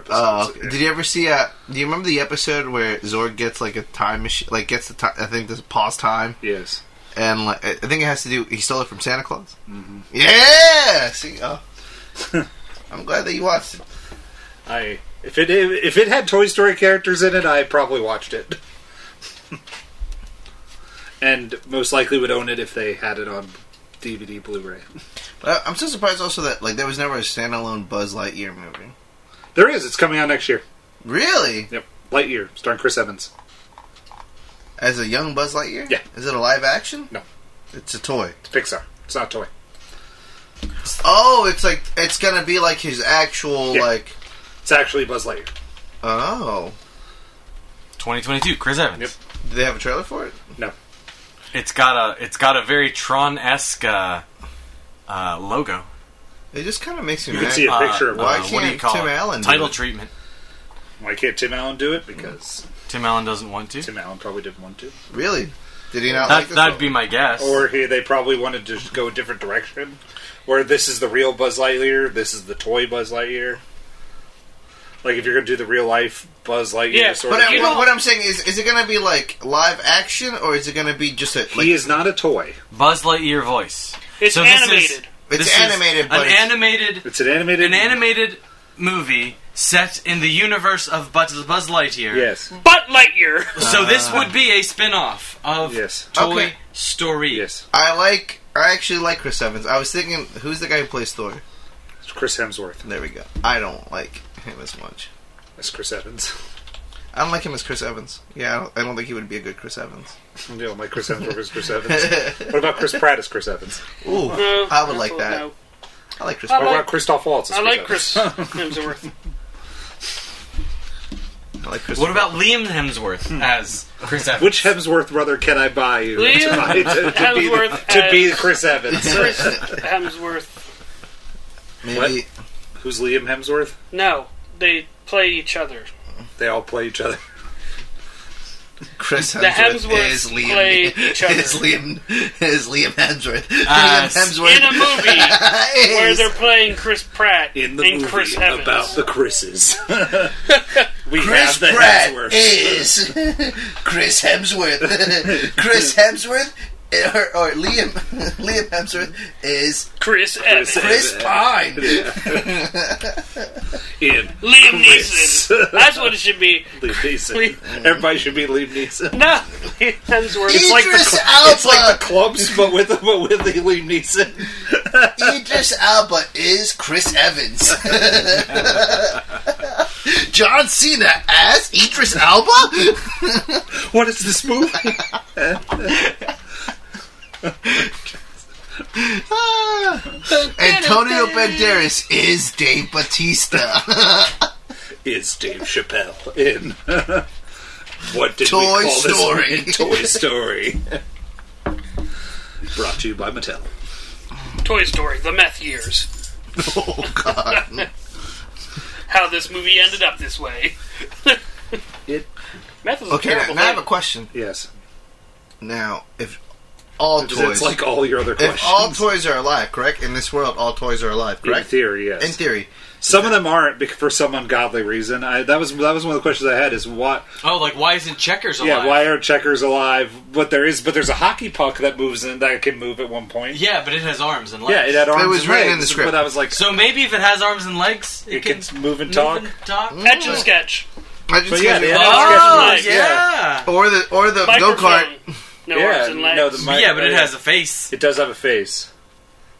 D: episodes.
E: did you ever see? Uh, do you remember the episode where Zorg gets like a time machine? Like gets the time. I think this pause time,
D: yes.
E: and like, I I think it has to do. He stole it from Santa Claus.
D: Mm-hmm.
E: Yeah. See.
D: [laughs]
E: Oh. I'm glad that you watched it.
D: I if it if it had Toy Story characters in it, I probably watched it. [laughs] and most likely would own it if they had it on DVD Blu-ray.
E: But I, I'm still surprised also that like there was never a standalone Buzz Lightyear movie.
D: There is. It's coming out next year.
E: Really?
D: Yep. Lightyear, starring Chris Evans.
E: As a young Buzz Lightyear?
D: Yeah.
E: Is it a live action?
D: No.
E: It's a toy.
D: It's Pixar. It's not a toy.
E: Oh, it's like it's gonna be like his actual
D: Yeah.
E: like.
D: It's actually Buzz Lightyear.
E: Oh,
C: 2022, Chris Evans.
D: Yep.
E: do they have a trailer for it?
D: No.
C: It's got a it's got a very Tron esque uh, uh, logo.
E: It just kind of makes me
D: You
E: mad.
D: can see a
C: Uh,
D: picture of
C: uh,
D: why.
E: Why
C: what do you
E: can't
C: call
E: Tim
C: it?
E: Allen do
C: Title
E: it?
C: treatment.
D: Why can't Tim Allen do it? Because
C: Tim Allen doesn't want to.
D: Tim Allen probably didn't want to.
E: Really? Did he not? like
C: That,
E: this
C: that'd
E: one?
C: be my guess.
D: Or he, they probably wanted to just go a different direction. Where this is the real Buzz Lightyear, this is the toy Buzz Lightyear. Like if you're going to do the real life Buzz Lightyear
F: Yeah,
D: sort
E: But
D: of
E: I,
D: thing.
F: You
E: what,
F: know-
E: what I'm saying is, is it gonna be like live action or is it gonna be just a like?
D: he is not a toy.
C: Buzz Lightyear voice.
F: It's
C: this is-
F: animated.
E: It's
C: this is
E: animated, but
C: an
E: it's-
C: animated
D: It's an animated.
C: an animated movie set in the universe of Buzz, Buzz Lightyear.
D: Yes.
F: But Lightyear.
C: So this would be a spin-off of
D: Yes.
C: Toy
E: Uh. Okay.
C: Story.
D: Yes.
E: I like. I actually like Chris Evans. I was thinking, who's the guy who plays Thor?
D: It's Chris Hemsworth.
E: There we go. I don't like him as much.
D: That's Chris Evans. [laughs]
E: I don't like him as Chris Evans. Yeah, I don't, I don't think he would be a good Chris Evans.
D: You know, like Chris Hemsworth is Chris Evans. What about Chris Pratt as Chris Evans?
E: [laughs] Ooh,
F: No,
E: I would
F: that's
E: like
F: all-
E: that.
F: no.
E: I like Chris.
F: I
E: Evans.
D: What
F: like-
D: about Christoph Waltz? as
F: I like
D: Evans?
F: Chris
E: [laughs]
F: Hemsworth.
E: I like Chris.
C: What about Liam
E: Hmm.
C: Hemsworth as
E: [laughs]
C: Chris Evans?
D: Which Hemsworth brother can I buy you [laughs]
F: Liam
D: to, buy- to- to be,
F: Hemsworth
D: to be
F: as-
D: Chris Evans?
F: Chris Hemsworth.
E: maybe?
D: Who's Liam Hemsworth?
F: No, they play each other.
D: They all play each other.
E: Chris
F: The
E: Hemsworth [laughs]
F: Hemsworths
E: is Liam.
F: play each other.
E: Is Liam is Liam Hemsworth.
C: Ah,
E: Liam
C: it's
E: Hemsworth
F: In a
D: [laughs]
F: movie
E: [laughs]
F: where
E: is
F: they're playing Chris Pratt
D: in the
F: and
D: movie
F: Chris Evans.
D: about the
F: [laughs]
D: Chris's. we
E: Chris
D: have the
E: Pratt
D: Hemsworths.
E: is [laughs] Chris Hemsworth. [laughs] Chris Hemsworth eh, or, or Liam [laughs] Liam Hemsworth is
F: Chris Evans.
E: Chris Pine.
D: in
F: Liam
D: Chris.
F: Neeson. That's what it should be.
D: Liam Neeson. Everybody should be Liam Neeson.
F: No, [laughs] Liam Hemsworth.
E: Idris
D: like the
E: Alba.
D: It's like the clubs, but with but with the Liam Neeson.
E: Idris Alba is Chris Evans. [laughs] John Cena as Idris Alba.
D: what is this movie?
E: [laughs] Antonio Banderas is Dave Batista.
D: is Dave Chappelle in [laughs] what did we
E: Toy
D: call
E: Story.
D: this? In Toy Story. Brought to you by Mattel.
F: Toy Story, The Meth Years.
E: [laughs] oh God!
F: How this movie ended up this way.
D: [laughs] It-
F: Meth is a
E: [laughs] Okay, now,
F: terrible
E: now I have a
F: thing.
E: question.
D: Yes,
E: Now, if all
D: because
E: toys,
D: it's like all your other questions.
E: if all toys are alive, correct? In this world, all toys are alive,
D: in
E: correct?
D: theory, yes.
E: In theory.
D: some of them aren't bec- for some ungodly reason. I, that was that was one of the questions I had: is what?
C: Oh, like why isn't Checkers alive?
D: Yeah, why are checkers alive? But there is, but there's a hockey puck that moves in that can move at one point.
C: Yeah, but it has arms and legs.
D: yeah, it had arms.
E: was
D: and
E: written in
D: legs,
E: the script.
D: but I was like,
C: So maybe if it has arms and legs, it,
D: it can move and talk.
C: talk.
F: Etch a sketch.
E: I just
D: But yeah, they had
C: Oh,
D: sketch moves,
C: yeah.
E: or the or the go kart.
F: Microphone. No
D: Yeah,
F: arms and legs.
D: no, the mi-
C: Yeah. but it has a face.
D: It does have a face.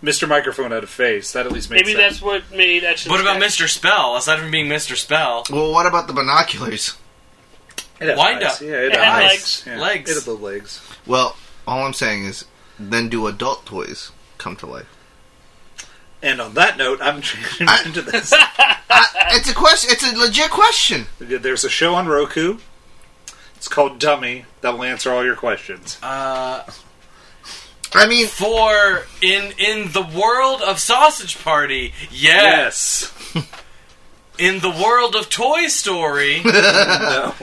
D: Mr. Microphone had a face. That at least makes
F: Maybe
D: sense.
F: that's what made Etch a
C: What about
F: Sketch.
C: Mr. Spell? Aside from being Mr. Spell,
E: Well, what about the binoculars?
D: It had
C: Wind
D: eyes.
C: up.
D: Yeah, it,
F: It
D: had
F: had
D: eyes.
F: legs.
D: Yeah.
C: Legs.
D: It had little legs.
E: Well, all I'm saying is, then do adult toys come to life?
D: And on that note, I'm changing
E: I-
D: into this. [laughs]
E: Uh, It's a question. It's a legit question.
D: There's a show on Roku. It's called Dummy. That will answer all your questions.
C: uh,
E: I mean,
C: for in in the world of Sausage Party, yes.
D: Yes.
C: In the world of Toy Story,
D: [laughs] No.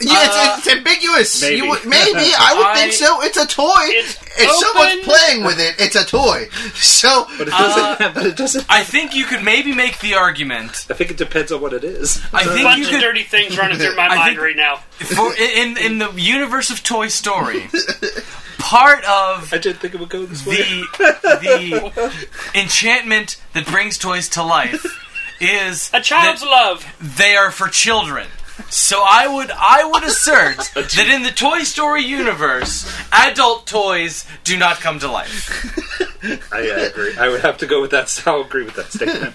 E: Yeah, it's, it's ambiguous.
D: maybe.
E: You would, maybe I would
C: I-
E: think so. It's a toy.
F: It's
E: if someone's
F: open.
E: playing with it, it's a toy. So
D: [laughs] But it doesn't. but it doesn't.
C: I think you could maybe make the argument.
D: I think it depends on what it is.
C: I think
F: Bunch
C: you
F: of
C: could
F: dirty things running through
C: [laughs]
F: my
C: I
F: mind
C: think-
F: right now.
C: for in in the universe of Toy Story. Part of
D: I didn't think it would go this way.
C: the [laughs] the enchantment that brings toys to life is
F: A child's
C: that
F: love.
C: they are for children. So I would I would assert [laughs] that in the Toy Story universe, adult toys do not come to life.
D: I uh, agree. I would have to go with that. I'll agree with that statement.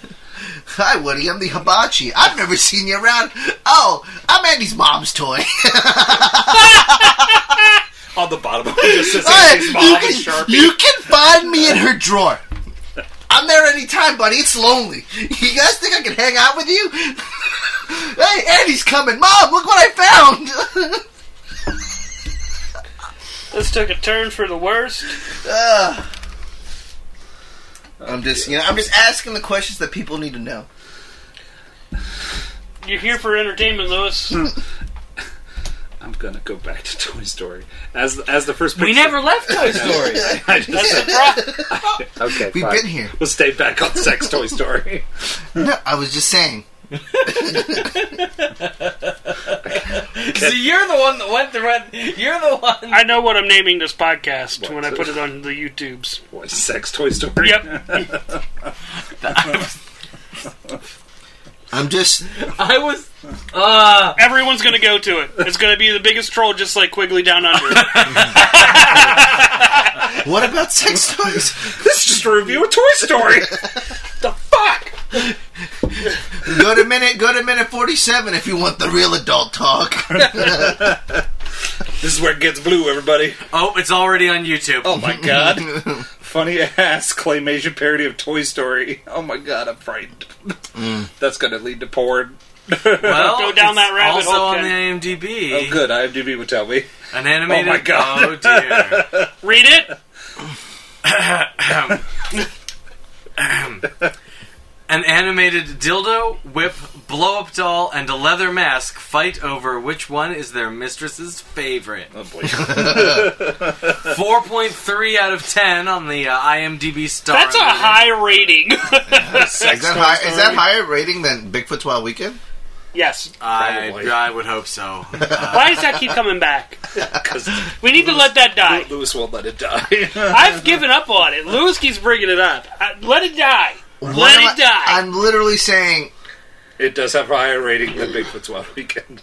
E: Hi, Woody. I'm the hibachi. I've never seen you around. Oh, I'm Andy's mom's toy.
D: [laughs] On the bottom of it just says
E: Hey,
D: Andy's
E: you,
D: mom
E: can,
D: Sharpie.
E: you can find me in her drawer. I'm there anytime, buddy. It's lonely. You guys think I can hang out with you? [laughs] hey, Andy's coming. Mom, look what I found. [laughs]
F: This took a turn for the worst.
E: Ugh. I'm just, you know, I'm just asking the questions that people need to know.
F: You're here for entertainment, Lewis.
D: [laughs]
E: Hmm.
D: I'm gonna go back to Toy Story as as the first. Picture.
C: We never left Toy Story.
D: [laughs] I just
F: That's
D: said,
F: the problem.
D: okay,
E: We've
D: fine.
E: been here.
D: We'll stay back on sex [laughs] Toy Story.
E: No, I was just saying.
C: So you're the one that went the red. You're the one.
F: I know what I'm naming this podcast
D: What?
F: when I put it on the YouTubes.
D: What sex Toy Story?
F: Yep.
E: I'm just.
C: I was. Uh,
F: Everyone's going to go to it. It's going to be the biggest troll, just like Quigley Down Under.
E: What about
F: [laughs]
E: sex toys?
D: This is just a review of Toy Story.
F: the fuck?
E: Go to minute. Go to minute forty-seven if you want the real adult
F: [laughs]
E: talk.
D: this is where it gets blue, everybody.
C: oh, it's already on YouTube. [laughs]
D: Oh my [laughs] god. Funny ass claymation parody of Toy Story. Oh my god, I'm frightened. That's gonna lead to porn.
C: well,
F: Go down
C: it's
F: that rabbit
C: also
F: hole,
C: on
F: Ken.
C: the IMDb.
D: Oh, good. IMDb would tell [laughs] me.
C: An animated.
D: Oh my God.
C: Oh dear.
F: Read it.
C: An animated dildo, whip, blow up doll, and a leather mask fight over which one is their mistress's favorite.
D: Oh boy.
C: 4.3 out of 10 on the uh, IMDb star.
F: That's a
C: rating.
F: high rating. [laughs]
E: Is that high, is that higher rating than Bigfoot's Wild Weekend?
F: yes.
D: Probably.
C: I, I would hope
E: [laughs]
C: so. Uh,
F: Why does that keep coming back?
D: Because
F: We need to let that die.
D: Lewis won't let it die. [laughs]
F: I've given up on it. Lewis keeps bringing it up. I, let it die.
E: What
F: Let
E: am
F: it die.
E: I, am literally saying
D: it does have a higher rating than Bigfoot's Wild Weekend.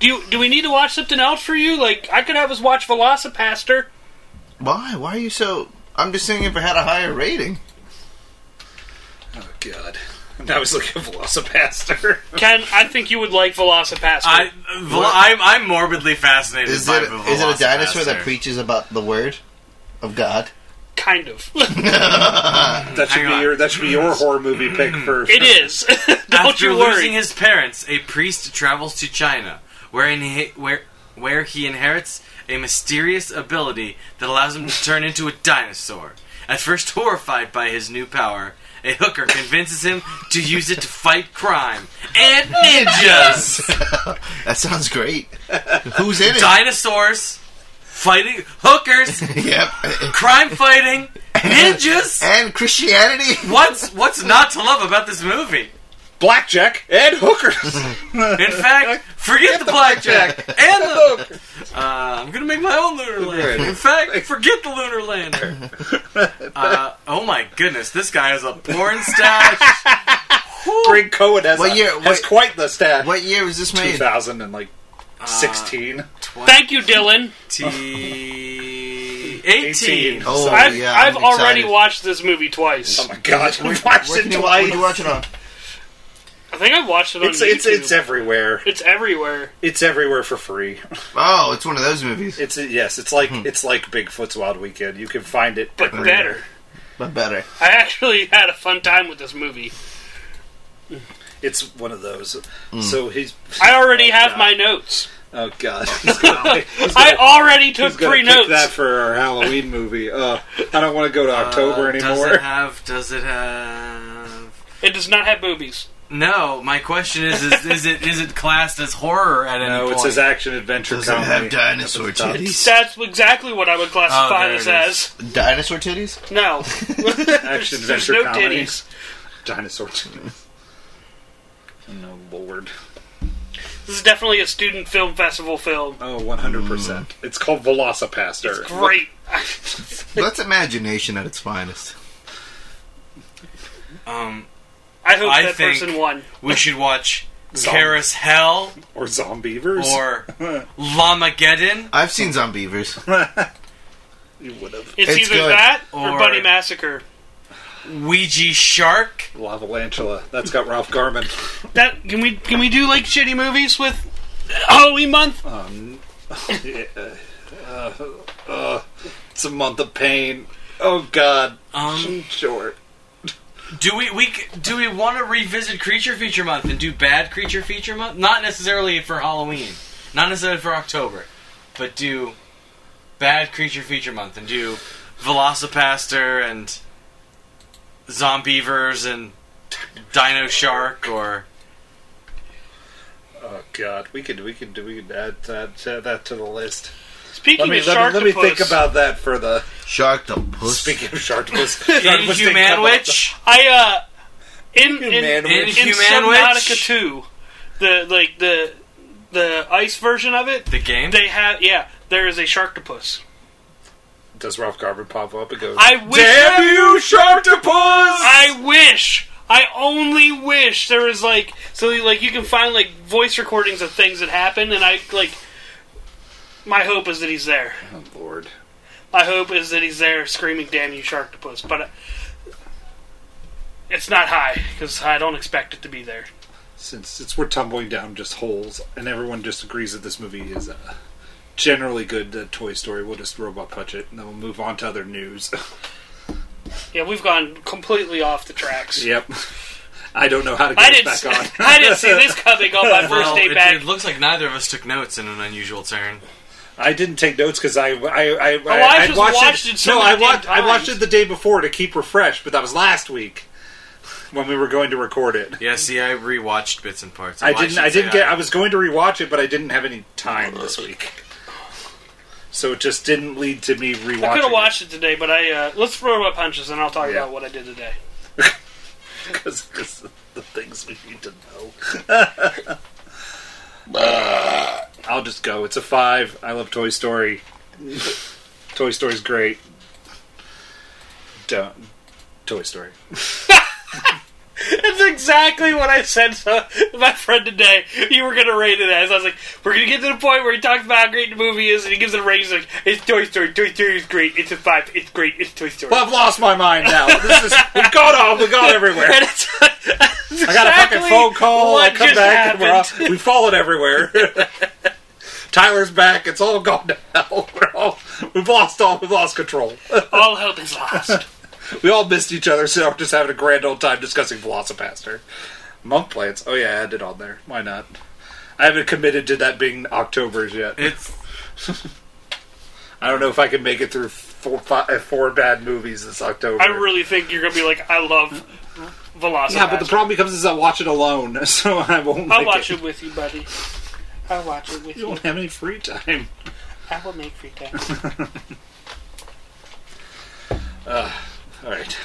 F: do you, do we need to watch something else for you? Like I could have us watch Velocipaster.
E: why? Why are you so? I'm just saying if it had a higher rating.
D: Oh god. Now he's looking at Velocipaster.
F: Ken, I think you would like Velocipaster.
C: I, Vel- I'm, I'm morbidly fascinated
E: Is
C: by
E: it is it a dinosaur that
C: Velocipaster.
E: preaches about the word of [laughs] God?
F: kind of. [laughs]
D: That should
C: Hang
D: be
C: on.
D: your that should be your horror movie pick [clears throat] for.
F: it is. [laughs] Don't
C: After
F: you
C: losing
F: worry.
C: his parents, a priest travels to China, wherein he, where where he inherits a mysterious ability that allows him to turn into a dinosaur. At first horrified by his new power, a hooker convinces him to use it to fight crime and ninjas,
E: That sounds [laughs] great. Who's in it?
C: dinosaurs, fighting hookers,
E: yep.
C: crime fighting, ninjas.
E: And Christianity.
C: What's what's not to love about this movie?
D: Blackjack and hookers.
E: [laughs]
C: In fact, forget the blackjack and the.
D: [laughs]
C: Uh, I'm gonna make my own lunar lander. In fact, forget the lunar lander.
D: [laughs]
C: Uh, oh my goodness, this guy has a porn
D: [laughs]
C: stash.
D: Greg Cohen has,
E: What
D: a-
E: year-
D: has
E: what-
D: quite the stat.
E: What year Uh, was this made?
D: 2000 and like 16.
F: Thank you, Dylan.
C: 2018.
D: 18.
E: Oh,
F: I've,
E: yeah.
F: I've
E: I'm
F: already
E: excited.
F: watched this movie twice.
D: Oh my god, we watched
E: Where
D: it
E: can you, where can you
D: twice.
E: watch it on?
F: I think I watched it on
D: It's, it's,
F: YouTube.
D: it's everywhere.
F: It's everywhere.
D: It's everywhere for free.
E: Oh, it's one of those movies,
D: It's yes, it's like
E: Hmm.
D: it's like Bigfoot's Wild Weekend. You can find it,
F: But
D: everywhere.
F: better.
E: but better.
F: I actually had a fun time with this movie.
D: It's one of those.
E: Hmm.
D: So he's.
F: I already have
D: God.
F: my notes.
D: Oh
E: [laughs]
D: god, he's gonna, he's
F: I already
D: he's
F: took
D: gonna
F: pre
D: pick
F: notes.
D: that for our Halloween movie. Uh, I don't want to go to October
C: Uh, Does
D: anymore.
C: it have? Does it have?
F: It does not have boobies.
C: No. My question is: Is, is it is it classed as horror at any
D: no,
C: point?
D: it's his action adventure
E: Does it
D: comedy.
E: have dinosaur
D: That's what
E: titties?
F: That's exactly what I would classify
C: Oh, there
F: this
C: it
F: as.
E: Dinosaur titties?
D: [laughs]
F: [laughs] No.
D: Action
F: There's
D: adventure
F: no
D: comedy.
F: titties.
D: Dinosaur titties. No lord.
F: This is definitely a student film festival film.
D: Oh, 100%. It's called Velocipaster.
F: Great.
E: That's imagination at its finest.
C: Um,
F: I hope
C: I
F: that
C: think-
F: person won.
C: we should watch.
D: Zombie.
C: Karis Hell
D: or [laughs] Zombievers.
C: or Lamageddon.
E: I've seen Zombievers.
D: You would have.
F: It's,
E: It's
F: either
E: good.
F: that or,
C: Or-
F: Buddy Massacre.
C: Ouija Shark.
D: Lavalantula. That's got Ralph Garman.
F: That can we can we do like shitty movies with Halloween month?
D: Uh, Yeah, uh, uh, it's a month of pain. Oh God.
C: Um,
D: Sure.
C: do we we c- do we want to revisit Creature Feature Month and do Bad Creature Feature Month? Not necessarily for Halloween, not necessarily for October, but do Bad Creature Feature Month and do Velocipaster and Zombievers and Dino Shark or
D: Oh God. We could. We could. We could add that, add that to the list.
F: Speaking
D: Let me.
F: of
D: Let
F: shark,
D: me, let me think about that for the.
E: Shark the puss.
D: Speaking of
F: [laughs]
D: Sharktopus,
C: Inhumanwitch.
F: I uh in in, in,
D: Inhuman
F: in
C: Witch. Inhuman Witch.
F: Subnautica two, the like the the ice version of it.
C: The game.
F: They have yeah. There is a sharktopus.
D: Does Ralph Garman pop up and go?
F: I wish.
C: Damn you, Sharktopus!
F: I wish. I only wish there was like so like you can find like voice recordings of things that happened, and I like. My hope is that he's there.
D: oh, Lord.
F: My hope is that he's there screaming, "Damn you, Sharktopus!" But uh, it's not high because I don't expect it to be there.
D: Since since we're tumbling down just holes, and everyone just agrees that this movie is uh, generally good, uh, Toy Story, we'll just robot punch it, and then we'll move on to other news. [laughs]
F: Yeah, we've gone completely off the tracks.
D: yep. [laughs] I don't know how to get
F: I
D: it
F: didn't.
D: back
F: See,
D: on.
F: I didn't see this coming
C: [laughs]
F: on my first
C: Well,
F: day
C: it,
F: back.
C: it looks like neither of us took notes in an unusual turn.
D: [laughs] I didn't take notes because I I I, I,
F: Oh, I
D: I'd
F: just
D: watched,
F: watched it so
D: no,
F: many
D: I watched
F: damn
D: I watched
F: times.
D: it the day before to keep refreshed, but that was last week [laughs] when we were going to record it.
C: Yeah, see, I rewatched bits and "Ah, parts.
D: I
C: Well,
D: didn't.
C: should
D: I didn't
C: say
D: get. I was going to rewatch it, but I didn't have any time this week, so it just didn't lead to me rewatching.
F: I could have
D: it.
F: watched it today, but I uh, let's throw my punches and I'll talk
D: Yeah.
F: about what I did today.
D: because of the things we need to know. [laughs] I'll just go. It's a five. I love Toy Story. Toy Story's great. Don't. Toy Story.
F: That's exactly what I said to [laughs] my friend today. You were going to rate it as. I was like, we're going to get to the point where he talks about how great the movie is, and he gives it a rating. He's like, it's Toy Story. Toy Story is great. It's a five. It's great. It's Toy Story.
D: Well, I've lost my mind now. This is we've gone off. We've gone everywhere.
F: [laughs] and it's,
D: I got a fucking phone call. I
F: what
D: come
F: just
D: back and we're off.
F: happened.
D: We've fallen everywhere. [laughs] Tyler's back. It's all gone to hell. [laughs] We're all, we've lost all. We've lost control.
F: All hope is lost.
D: We all missed each other, so we're just having a grand old time discussing Velocipaster. Monk plants. Oh yeah, I added on there. Why not? I haven't committed to that being October's yet.
C: It's
D: I don't know if I can make it through four, five, uh, four bad movies this October.
F: I really think you're going to be like, I love Velocity.
D: yeah, but the problem becomes is I watch it alone, [laughs] so I won't.
F: I'll
D: make
F: watch it with you, buddy. I'll watch it with
D: You
F: you.
D: won't have any free time.
F: I will make free time.
D: All right,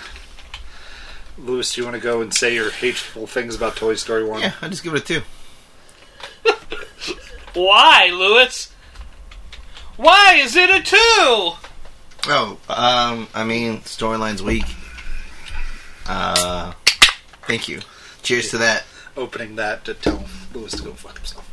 D: Lewis, do you want to go and say your hateful things about Toy Story One?
E: Yeah, I just give it a two.
F: Why, Lewis? Why is it a two?
E: Oh, um, I mean, storyline's weak. Uh, thank you. Cheers to that.
D: Opening that to tell Lewis to go fuck himself.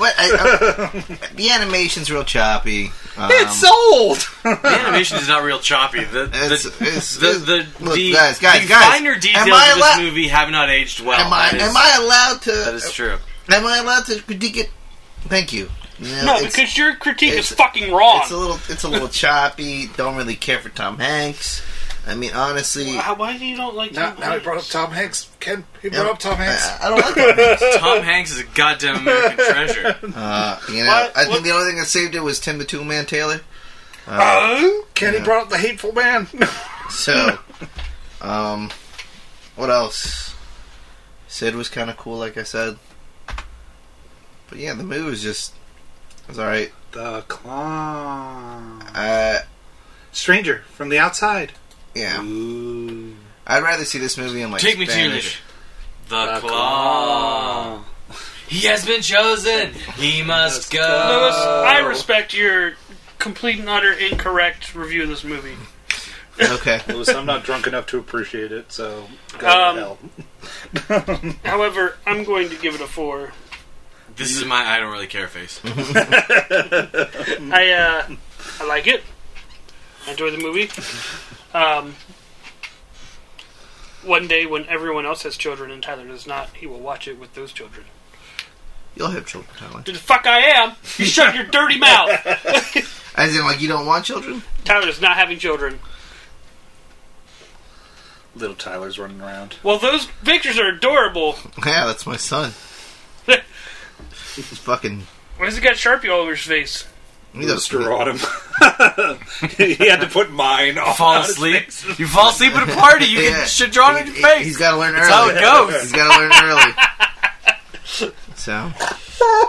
E: What? I, I,
C: [laughs]
E: the animation's real choppy. Um,
D: it's sold. [laughs]
C: the animation is not real choppy. The
E: It's-
C: the
E: it's-
C: the, the,
E: look,
C: the-
E: guys, guys,
C: the
E: guys,
C: finer
E: am
C: details
E: I
C: of this
E: allo-
C: movie have not aged well.
E: Am I
C: That is-
E: am I allowed to?
C: That is true.
E: Am I allowed to critique it? Thank you.
F: No,
E: it's-
F: because your critique
E: it's-
F: is fucking wrong.
E: It's a little, it's
C: [laughs]
E: a little choppy. Don't really care for Tom Hanks. I mean, honestly,
F: How- Why do you don't like
D: Now,
F: Tom
D: now he
F: Hanks?
D: brought up Tom Hanks. Ken, he
E: you know,
D: brought up Tom Hanks.
E: I, I don't like Tom
D: [laughs]
E: Hanks.
C: Tom Hanks is a goddamn American
E: [laughs]
C: treasure.
E: Uh,
C: [laughs]
E: you know,
F: What-
E: I think
F: what-
E: the only thing that saved it was Tim the Tool Man Taylor.
D: Oh, Kenny brought up the hateful [laughs] man.
E: So, um, what else? Sid was kind of cool, like I said. But yeah, the movie was just it was all right.
D: the clown.
E: Uh,
D: Stranger from the outside.
E: yeah,
D: Ooh.
E: I'd rather see this movie in like
C: Take me to your
E: Spanish.
C: leader. The, claw. He has been chosen. He must go.
F: Lewis, I
D: Oh.
F: respect your complete and utter incorrect review of this movie.
E: [laughs] okay,
D: Lewis, I'm not drunk enough to appreciate it, so go to
F: Um,
D: hell.
F: However, I'm going to give it a four.
C: This is my I
E: [laughs]
C: don't really care face.
F: I uh, I like it. I enjoyed the movie. Um, one day when everyone else has children and Tyler does not, he will watch it with those children.
E: You'll have children, Tyler.
F: The fuck I am! You shut your dirty mouth!
E: As in, like, you don't want children?
F: Tyler's not having children.
D: Little Tyler's running around.
F: Well, those pictures are adorable.
E: Yeah, that's my son. He's fucking.
F: Why has he got Sharpie all over his face?
E: He
D: Mr. Autumn. [laughs] he had to put mine on.
C: fall asleep. You fall asleep at a party. You
E: [laughs] Yeah.
C: get shit drawn in your
E: he,
C: face.
E: has got to learn
C: That's how
E: [laughs] early.
C: it goes.
E: He's got to learn early.
C: [laughs]
E: So,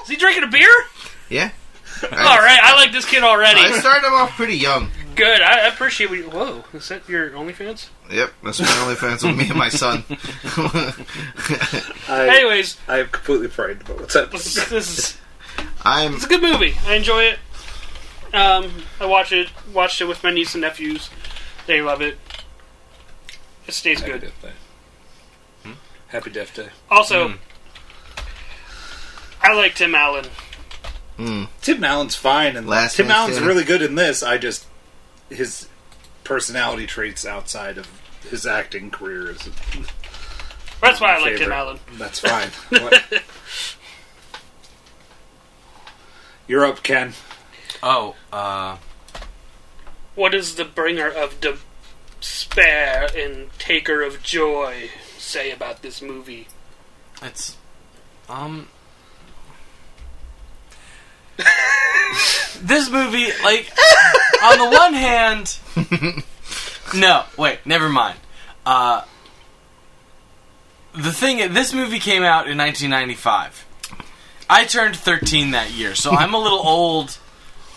F: Is he drinking a beer?
E: yeah.
F: All right, I like this kid already.
E: I started him off pretty young.
F: Good. I I appreciate what you. Whoa, is that your OnlyFans?
E: Yep, that's my only fans with me and my son. [laughs]
D: I,
F: Anyways,
D: I am completely frightened about what's happening.
F: this is, this is
E: I'm.
F: it's a good movie. I enjoy it. Um, I watch it. Watched it with my niece and nephews. They love it. It stays
D: Happy
F: good.
D: Death Day. Happy Death Day.
F: Also, I like Tim Allen.
D: Tim Allen's fine, and
E: Last
D: Tim
E: Man
D: Allen's
E: Standing.
D: really good in this. I just his personality traits outside of his acting career is
F: That's why I like Tim
D: favorite.
F: Allen.
D: that's
E: [laughs]
D: fine. What- You're up, Ken.
C: Oh, uh,
F: What is the bringer of despair and taker of joy say about this movie?
C: it's um. this movie, like, on the one hand, no, wait, never mind. Uh, the thing, this movie came out in 1995. I turned 13 that year, so I'm a little old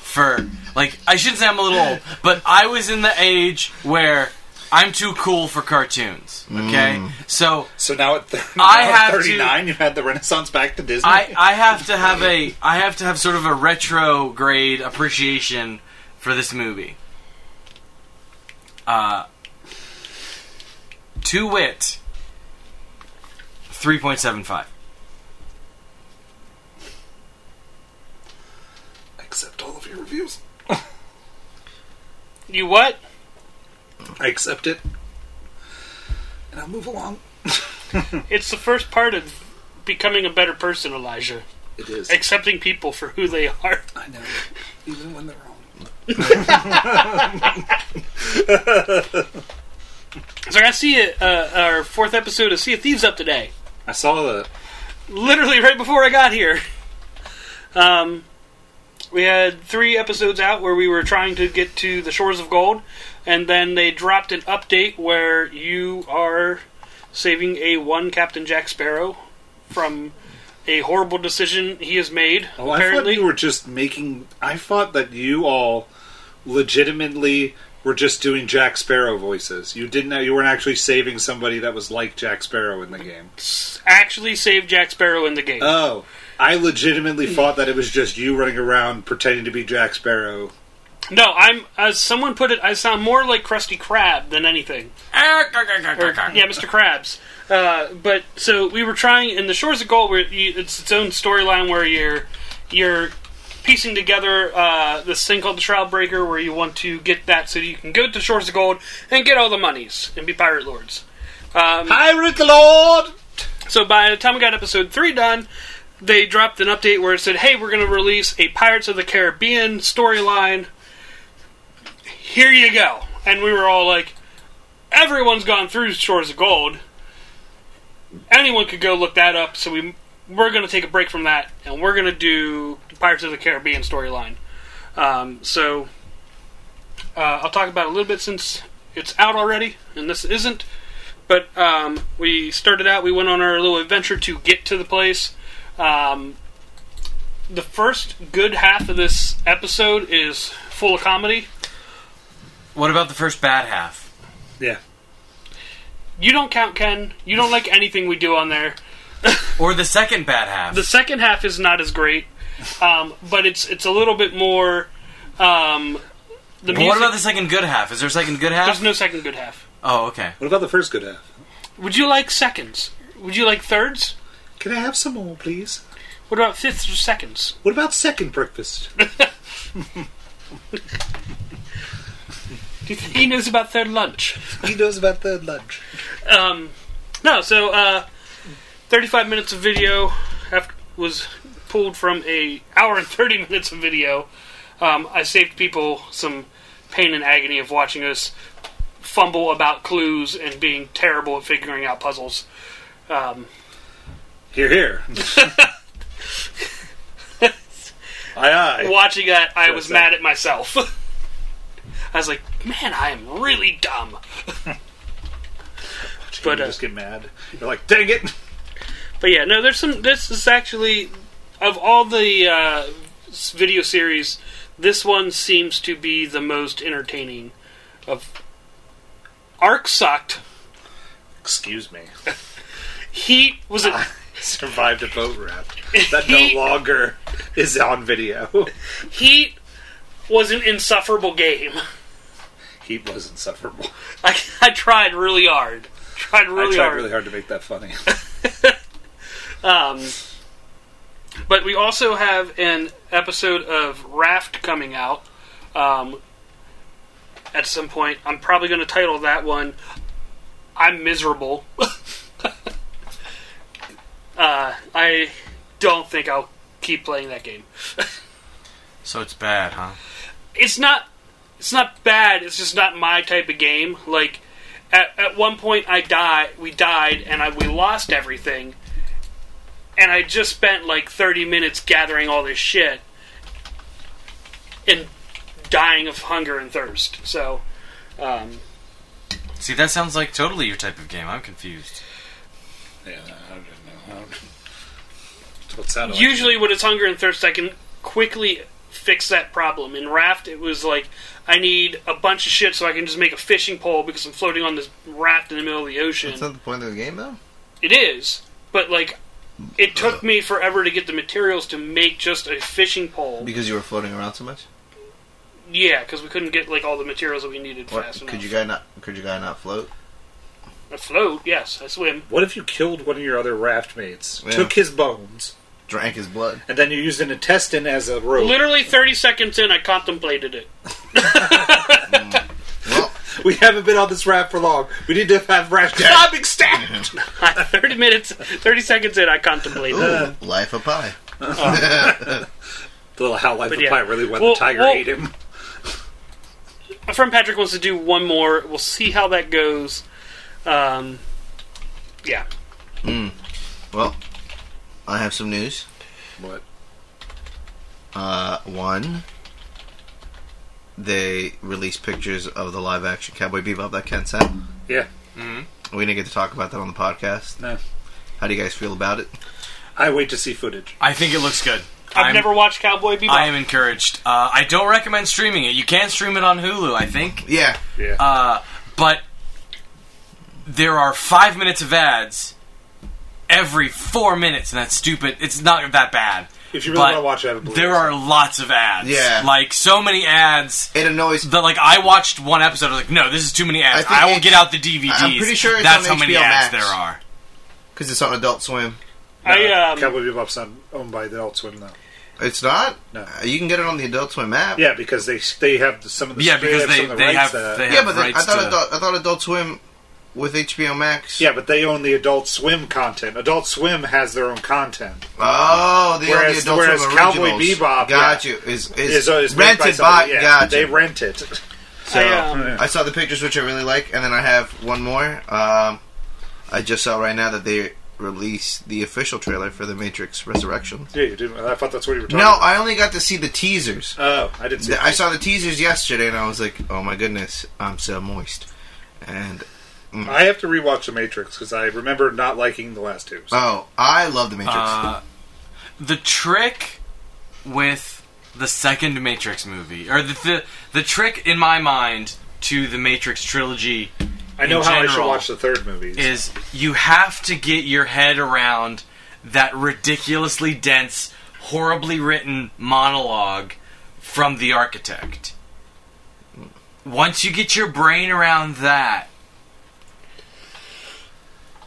C: for like I shouldn't say I'm a little old, but I was in the age where I'm too cool for cartoons. Okay, so
D: So now at, th-
C: I
D: now at
C: have to-
D: 39, you had the Renaissance back to Disney.
C: I, I have to have a I have to have sort of a retrograde appreciation for this movie. Uh, to wit, three point seven five.
D: accept all of your reviews.
F: You what?
D: I accept it, and I'll move along.
F: It's the first part of becoming a better person, Elijah.
D: It is.
F: Accepting people for who they are.
D: I know, even when they're wrong.
F: So I see it, uh, our fourth episode of Sea of Thieves up today.
D: I saw the
F: Literally right before I got here. Um, we had three episodes out where we were trying to get to the shores of gold, and then they dropped an update where you are saving a one Captain Jack Sparrow from a horrible decision he has made.
D: Oh, I
F: apparently,
D: thought you were just making. I thought that you all legitimately were just doing Jack Sparrow voices. You didn't. You weren't actually saving somebody that was like Jack Sparrow in the game.
F: actually saved Jack Sparrow in the game.
D: Oh, I
F: Hmm.
D: legitimately thought that it was just you running around pretending to be Jack Sparrow.
F: no, I'm as someone put it, I sound more like Krusty Krab than anything. Or- yeah, Mr. Krabs. Uh, but so we were trying in the Shores of Gold. Where you, it's its own storyline where you're you're piecing together uh, this thing called the Shroud Breaker, where you want to get that so you can go to Shores of Gold and get all the monies and be pirate lords.
D: Pirate Lord.
F: So by the time we got episode three done, they dropped an update where it said, "Hey, we're going to release a Pirates of the Caribbean storyline. Here you go." And we were all like, "Everyone's gone through Shores of Gold. Anyone could go look that up." So we we're going to take a break from that, and we're going to do Pirates of the Caribbean storyline. Um, so uh, I'll talk about it a little bit since it's out already, and this isn't. But um, we started out. We went on our little adventure to get to the place. Um, the first good half of this episode is full of comedy.
C: What about the first bad half?
D: Yeah.
F: You don't count Ken. You don't like anything we do on there.
C: Or the second bad half?
F: The second half is not as great, um, but it's it's a little bit more. Um, the
C: But what
F: music-
C: about the second good half? Is there a second good half?
F: There's no second good half.
C: oh, okay.
D: What about the first good half?
F: Would you like seconds? Would you like thirds?
D: Can I have some more, please?
F: What about fifths or seconds? [laughs]
D: What about second breakfast?
F: He knows about third lunch.
D: He knows about the lunch.
F: Um, no, so uh, 35 minutes of video af was pulled from a hour and 30 minutes of video. Um, I saved people some pain and agony of watching us fumble about clues and being terrible at figuring out puzzles. Um,
D: Here,
F: [laughs]
D: here. aye, aye.
F: watching that, I
D: Sure,
F: was
D: same.
F: mad at myself. [laughs] I was like, man, I am really dumb. but,
D: you
F: uh,
D: just get mad. You're like, dang it!
F: But yeah, no, there's some. This is actually of all the uh, s- video series, this one seems to be the most entertaining. Of Ark sucked.
D: Excuse me. [laughs]
F: Heat was a
D: Survived a boat wreck that no longer is on video. [laughs]
F: Heat was an insufferable game. [laughs]
D: Heat was insufferable.
F: I, I tried really hard. Tried really
D: I tried
F: hard.
D: really hard to make that funny. [laughs]
F: Um, but we also have an episode of Raft coming out um, at some point. I'm probably going to title that one "I'm Miserable." [laughs] uh, I don't think I'll keep playing that game.
C: So it's bad, huh?
F: It's not. It's not bad. It's just not my type of game. Like at, at one point, I died. We died, and I we lost everything. and I just spent like 30 minutes gathering all this shit and dying of hunger and thirst. So, um,
C: See, that sounds like totally your type of game. I'm confused.
D: yeah, I don't know. I don't That's what it sounded like.
F: usually when it's hunger and thirst, I can quickly fix that problem. In Raft, it was like I need a bunch of shit so I can just make a fishing pole because I'm floating on this raft in the middle of the ocean.
E: That's not the point of the game, though.
F: It is, but like. It took me forever to get the materials to make just a fishing pole.
E: Because you were floating around so much.
F: Yeah, because we couldn't get like all the materials that we needed
E: What,
F: fast enough.
E: could you guy not? Could you guy not float?
F: I float, yes, I swim.
D: What if you killed one of your other raft mates,
E: Yeah.
D: took his bones,
E: Drank his blood.
D: and then you used an intestine as a rope?
F: Literally 30 seconds in, I contemplated it. [laughs]
E: Well,
D: We haven't been on this raft for long. We need to have rash. I'm being stabbed!
F: 30 minutes, 30 seconds in, I contemplated it. [laughs]
E: ooh, life of pie.
D: The little How Life
F: But
D: of
F: yeah.
D: Pi really went.
F: Well-
D: the tiger
F: well-
D: ate him.
F: My friend Patrick wants to do one more. We'll see how that goes. Um, yeah.
E: Well, I have some news.
D: What?
E: Uh, one, they released pictures of the live action Cowboy Bebop that Ken sent.
D: Yeah.
E: We didn't get to talk about that on the podcast.
D: No.
E: How do you guys feel about it?
D: I wait to see footage.
C: I think it looks good.
F: I've
C: I'm-
F: never watched Cowboy Bebop.
C: I am encouraged. Uh, I don't recommend streaming it. You can stream it on Hulu, I think.
E: Yeah.
D: Yeah.
C: Uh, but there are five minutes of ads every four minutes, and that's stupid. It's not that bad.
D: if you really
C: but
D: want to watch it, I have a Blu-ray.
C: There are lots of ads.
E: Yeah.
C: Like, so many ads.
E: It annoys.
C: That like I watched one episode. I was like, no, this is too many ads.
E: I think
C: I, will
E: it's-
C: get out the DVDs.
E: I'm pretty sure it's
C: that's
E: on
C: how many
E: HBO
C: ads
E: Max.
C: there are.
E: Because it's on Adult Swim.
F: I, um,
D: Cowboy Bebop's not owned by Adult Swim though.
E: It's not?
D: No.
E: Uh, You can get it on the Adult Swim app.
D: Yeah, because they they have the, some of the
C: Yeah, because
D: have
C: they
D: some of the
C: they
D: rights
C: have,
D: to that.
C: they have
E: Yeah, but then I,
C: rights
E: thought
C: to-
E: adult, I thought Adult Swim with HBO Max.
D: yeah, but they own the Adult Swim content. Adult Swim has their own content.
E: Oh, they
D: Whereas-
E: own the Adult
D: whereas
E: Swim
D: Cowboy
E: originals.
D: Bebop,
E: Got
D: yeah.
E: you. Is, is,
D: It's, uh, it's made
E: rented by.
D: somebody- yeah,
E: got
D: they
E: you.
D: rent it.
E: So,
F: I, um,
E: I saw the pictures, which I really like, and then I have one more. Um, I just saw right now that they released the official trailer for The Matrix Resurrection.
D: Yeah, you did. I thought that's what you were talking.
E: No,
D: about.
E: I only got to see the teasers.
D: Oh, I didn't see.
E: I saw the teasers yesterday, and I was like, "Oh my goodness, I'm so moist." And
D: I have to rewatch The Matrix because I remember not liking the last two. So.
E: oh, I love The Matrix.
C: Uh, the trick with the second Matrix movie, or the, the the trick in my mind to the Matrix trilogy,
D: I know
C: in
D: how I should
C: general-
D: watch the third movie.
C: is you have to get your head around that ridiculously dense, horribly written monologue from the architect. Once you get your brain around that,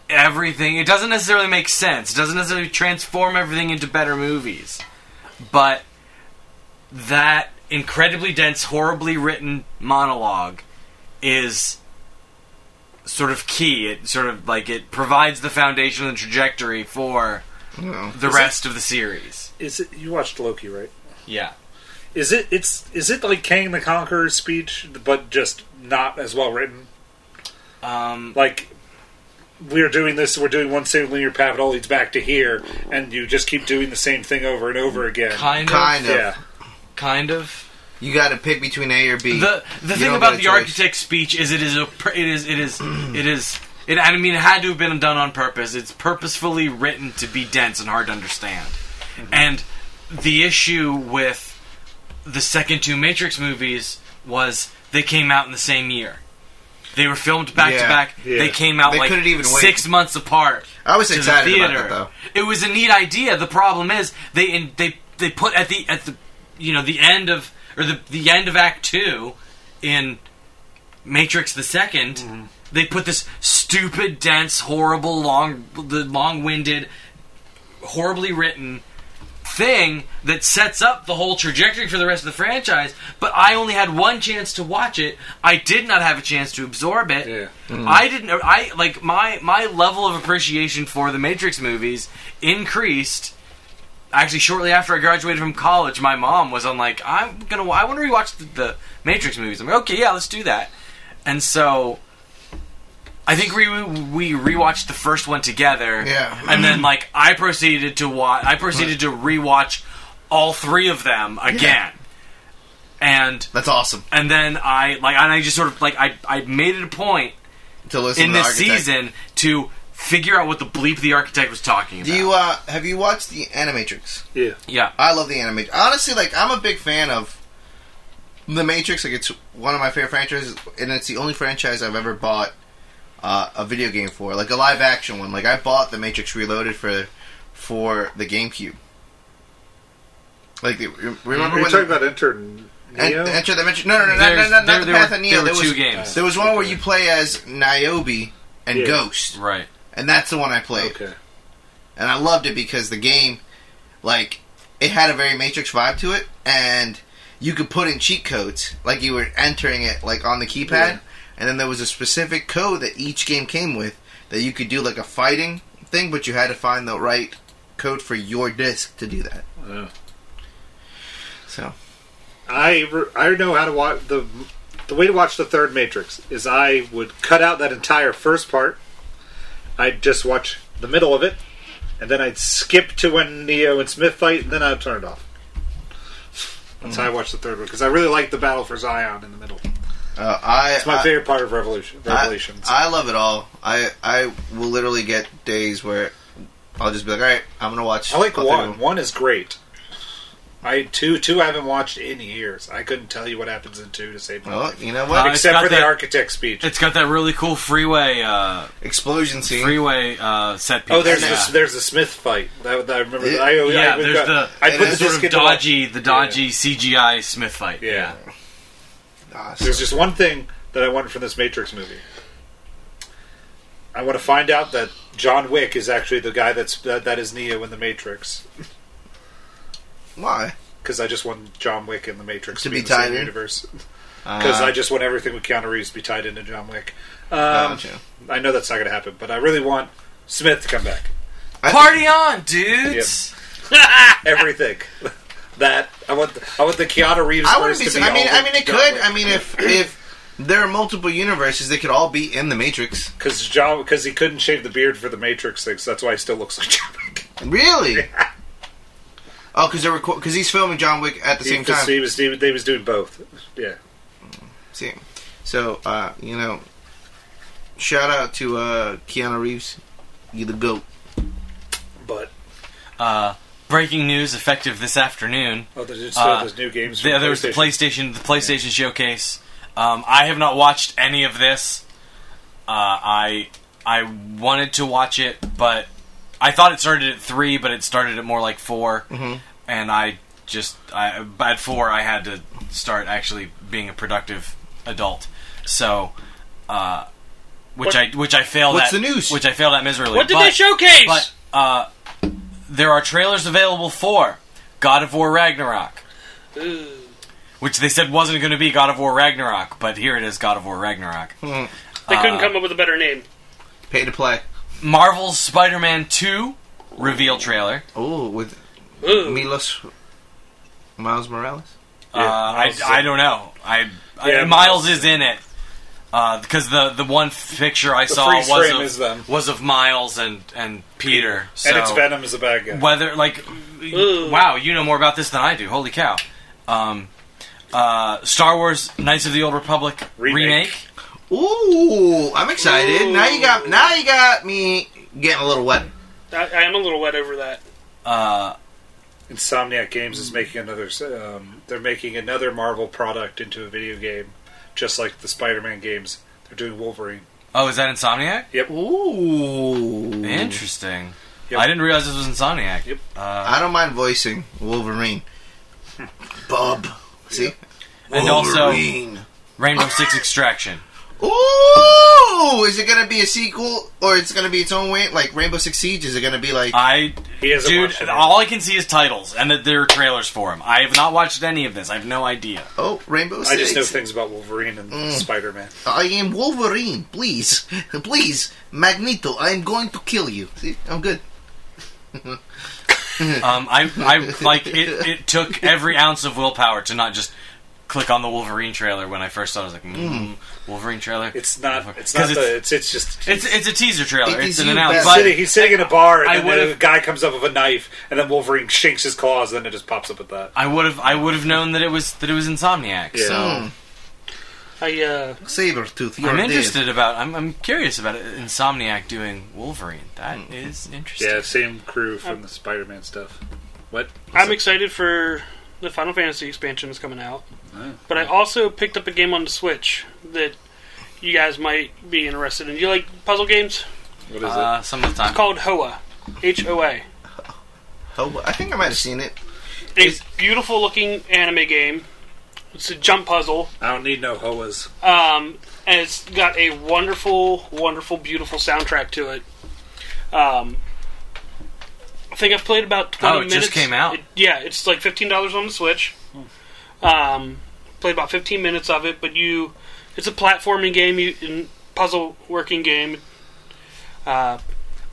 C: everything it doesn't necessarily make sense. It doesn't necessarily transform everything into better movies. But that incredibly dense, horribly written monologue is sort of key. It sort of like it provides the foundation and trajectory for the rest of the series.
D: Is it you watched Loki, right?
C: Yeah.
D: Is it it's is it like Kang the Conqueror's speech, but just not as well written?
C: Um,
D: Like we're doing this, we're doing one single linear path, it all leads back to here, and you just keep doing the same thing over and over again.
C: kind of,
E: Kind of.
D: yeah,
C: kind of.
E: You got to pick between A or B.
C: The the
E: You
C: thing
E: don't
C: about
E: get a
C: the
E: choice.
C: architect's speech is it is a pr- it is it is it is it. I mean, it had to have been done on purpose. It's purposefully written to be dense and hard to understand.
E: Mm-hmm.
C: And the issue with the second two Matrix movies was they came out in the same year. They were filmed back to
E: Yeah,
C: back.
D: yeah.
C: They came out
E: They
C: like
E: couldn't even wait.
C: six months apart.
E: I was
C: to the
E: excited about
C: theater.
E: that, though.
C: It was a neat idea. The problem is they in, they they put at the at the you know the end of or the the end of Act Two in Matrix the 2nd
E: Mm-hmm.
C: They put this stupid, dense, horrible, long the long winded, horribly written thing that sets up the whole trajectory for the rest of the franchise. But I only had one chance to watch it. I did not have a chance to absorb it.
D: yeah.
C: I didn't. I like my my level of appreciation for the Matrix movies increased. Actually, shortly after I graduated from college, my mom was on like, "I'm gonna. I want to rewatch the, the Matrix movies." I'm like, "Okay, yeah, let's do that." And so, I think we we rewatched the first one together.
E: Yeah.
C: and then like I proceeded to watch. I proceeded to rewatch all three of them again. And
E: That's awesome
C: and then I like and I just sort of like I I made it a point
E: to listen
C: in
E: to the
C: this
E: architect.
C: season to figure out what the bleep the architect was talking about.
E: Do you uh have you watched the Animatrix?
D: yeah.
C: yeah.
E: I love the Animatrix. Honestly, like I'm a big fan of the Matrix. Like it's one of my favorite franchises, and it's the only franchise I've ever bought uh, a video game for, like a live action one. Like I bought the Matrix Reloaded for for the GameCube. Like the, remember
D: You're
E: when
D: talking about Enter
E: En-
D: Neo?
E: Enter the Matrix? No, no, no, no,
C: There's-
E: no, no,
C: there-
E: not the
C: there
E: Path
C: were-
E: of Neo.
C: there were
E: was
C: two games.
E: There was one where you play as Niobe and
D: Yeah.
E: Ghost,
C: Right.
E: and that's the one I played
D: okay.
E: and I loved it because the game, like, it had a very Matrix vibe to it, and you could put in cheat codes, like you were entering it like on the keypad,
D: Yeah.
E: and then there was a specific code that each game came with that you could do like a fighting thing, but you had to find the right code for your disc to do that.
D: Oh.
E: So
D: I re- I know how to watch the the way to watch the third Matrix is I would cut out that entire first part. I'd just watch the middle of it, and then I'd skip to when Neo and Smith fight, and then I'd turn it off. That's how I watched the third one because I really liked the battle for Zion in the middle.
E: uh, I
D: It's my
E: I-
D: favorite part of Revolution. Revelations.
E: I, I love it all. I I will literally get days where I'll just be like, all right, I'm gonna watch.
D: I like
E: all three of
D: one.
E: them."
D: One is great. I two two I haven't watched in years. I couldn't tell you what happens in two to save my
E: Well,
D: life.
E: Oh, you know what?
C: Uh, it's
D: Except
C: got
D: for the
C: that-
D: architect speech.
C: It's got that really cool freeway uh
E: Explosion scene.
C: freeway uh set piece.
D: Oh, there's
C: yeah.
D: this, there's the Smith fight. That, that I remember.
E: It-
D: I, I,
C: yeah,
D: would
C: there's
D: go-
C: the
D: I
E: and
D: put
E: it's
D: the
C: sort
D: disc
C: of
D: in the-
C: dodgy the dodgy CGI Smith fight.
D: Yeah.
E: Ah, so-
D: There's just one thing that I wanted from this Matrix movie. I want to find out that John Wick is actually the guy that's that, that is Neo in the Matrix
E: Why?
D: because I just want John Wick and the Matrix
E: To
D: to
E: be
D: be, in the
E: tied
D: same
E: in?
D: universe
C: Uh,
D: because I just want everything with Keanu Reeves to be tied into John Wick. Um,
E: Ah, Gotcha.
D: I know that's not going to happen, but I really want Smith to come back.
C: Party on, dudes.
D: Everything [laughs] that I want, the, I want the Keanu Reeves.
E: I wouldn't
D: verse
E: be.
D: to
E: sur- I mean,
D: all
E: I mean,
D: with
E: it
D: John
E: could.
D: Wick.
E: I mean, if if there are multiple universes, they could all be in the Matrix.
D: Because John, because he couldn't shave the beard for the Matrix thing, so that's why he still looks like John Wick. [laughs]
E: Really? Oh, because they're because he's filming John Wick at the
D: He
E: same
D: was,
E: time.
D: he was, he was- they was doing both. Yeah,
E: See, so uh, you know, shout out to uh, Keanu Reeves, you the goat.
D: but
C: Uh breaking news effective this afternoon.
D: oh, there's just
C: Uh,
D: those new games.
C: Yeah, there was the PlayStation, the PlayStation showcase. Um, I have not watched any of this. Uh, I I wanted to watch it, but I thought it started at three, but it started at more like 4 and I just I, at four I had to start actually being a productive adult. So, uh, which I which I failed.
E: What's
C: at,
E: the news?
C: Which I failed at miserably.
F: What did
C: but-
F: they showcase?
C: But uh, there are trailers available for God of War Ragnarok. which they said wasn't going to be God of War Ragnarok, but here it is, God of War Ragnarok.
F: They
C: uh,
F: couldn't come up with a better name.
E: Pay to play.
C: Marvel's Spider-Man 2 reveal trailer.
E: Oh, with
F: Ooh.
E: Milos Miles Morales.
C: uh, I,
D: Miles
C: I don't know. I,
D: Yeah,
C: I Miles
D: Miles
C: is in it because the the one picture I saw
D: freeze
C: was
D: frame
C: of,
D: is them.
C: was of Miles and and Peter. So
D: and it's Venom is a bad guy.
C: whether like
F: Ooh.
C: wow you know more about this than i do holy cow um, uh, star wars knights of the old republic remake,
D: Remake.
E: Ooh, I'm excited. Now you got now you got me getting a little wet.
F: I, I am a little wet over that.
C: Uh,
D: Insomniac Games is making another. Um, they're making another Marvel product into a video game, just like the Spider-Man games. They're doing Wolverine.
C: oh is that insomniac
E: Ooh,
C: interesting
D: Mm-hmm. Yep.
C: i didn't realize this was insomniac
D: Yep.
C: uh,
E: I don't mind voicing Wolverine. Bob, see,
C: and also
E: Wolverine.
C: rainbow six extraction
E: Ooh, is it gonna be a sequel or it's gonna be its own way? Like Rainbow Six Siege? Is it gonna be
D: Uh,
E: like?
C: i
D: He hasn't
C: dude
D: watched it.
C: all i can see is titles and that there are trailers for him i have not watched any of this i have no idea
E: oh, Rainbow Six.
D: I just know things about Wolverine and
E: Mm.
D: Spider-Man.
E: I am Wolverine. Please, [laughs] please, Magneto. I am going to kill you. See, I'm good.
C: um, I, I like it, it took every ounce of willpower to not just click on the wolverine trailer when i first saw it I was like mm, wolverine trailer
D: Hmm. It's not. It's
C: 'Cause
D: not. the, it's it's just.
C: It's it's a teaser trailer.
E: It
C: it's
E: is
C: an
E: you,
C: announcement.
E: Beth.
C: But
D: Sitting- he's sitting in a bar, and
C: I
D: then the
C: would've-
D: guy comes up with a knife, and then Wolverine shanks his claws, and then it just pops up at that.
C: I would have I would have known that it was that it was Insomniac.
D: Yeah.
C: So
E: Hmm.
F: I uh,
E: Sabretooth, you're
C: I'm
E: dead.
C: interested about I'm I'm curious about it. Insomniac doing Wolverine. That is interesting.
D: Yeah, same crew from the Spider-Man stuff. What?
F: I'm excited for the Final Fantasy expansion that's coming out. But I also picked up a game on the Switch that you guys might be interested in. You like puzzle games?
D: What is it?
C: Uh, some of the
F: It's
C: time.
F: called Hoa. H O A.
E: Oh, I think I might have seen it.
F: A beautiful looking anime game. It's a jump puzzle.
D: I don't need no hoas.
F: Um, and it's got a wonderful, wonderful, beautiful soundtrack to it. Um, I think I've played about twenty.
C: Oh, it just
F: minutes.
C: came out?
F: It- yeah, it's like fifteen dollars on the Switch. Um, played about fifteen minutes of it, but you, it's a platforming game, you and puzzle working game. Uh,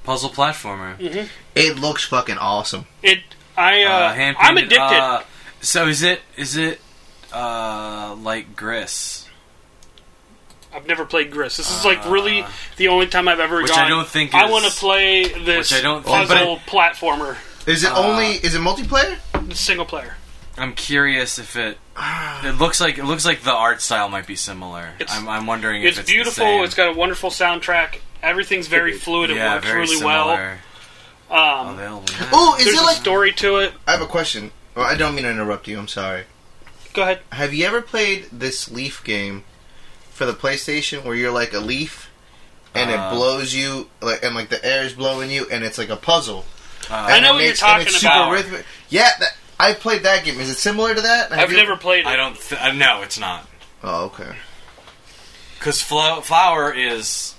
C: Puzzle platformer.
E: It looks fucking awesome.
F: it, I, uh,
C: hand
F: I'm
C: painted,
F: addicted.
C: uh, so is it is it uh like Gris?
F: I've never played Gris. This is like really the only time I've ever
C: uh, which
F: gone.
C: I don't think
F: I
C: is-
F: want to play this
C: which I don't think-
F: puzzle platformer,
E: Is it only? Is it multiplayer?
F: single player.
C: I'm curious if
F: [sighs]
C: it it looks like it looks like the art style might be similar.
F: It's-
C: I'm, I'm wondering
F: It's,
C: if it's
F: beautiful.
C: The same.
F: It's got a wonderful soundtrack. Everything's very fluid. It
C: yeah,
F: works
C: very
F: really well.
C: similar.
F: Um,
C: Available now.
E: Oh, is
F: there's
E: it
F: a
E: like?
F: story to it.
E: I have a question. Well, I don't mean to interrupt you. I'm sorry.
F: Go ahead.
E: Have you ever played this leaf game for the PlayStation where you're like a leaf and
C: Uh.
E: it blows you like and like the air is blowing you and it's like a puzzle?
C: Uh,
F: I
E: And
F: know
E: it
F: what you're
E: makes- and
F: talking
E: it's
F: about.
E: rhythmic. Yeah, that, I played that game. Is it similar to that? Have
F: I've
E: you-
F: never played it.
C: I don't. Th- uh, no, it's not.
E: Oh, okay.
C: Because Flo- flower is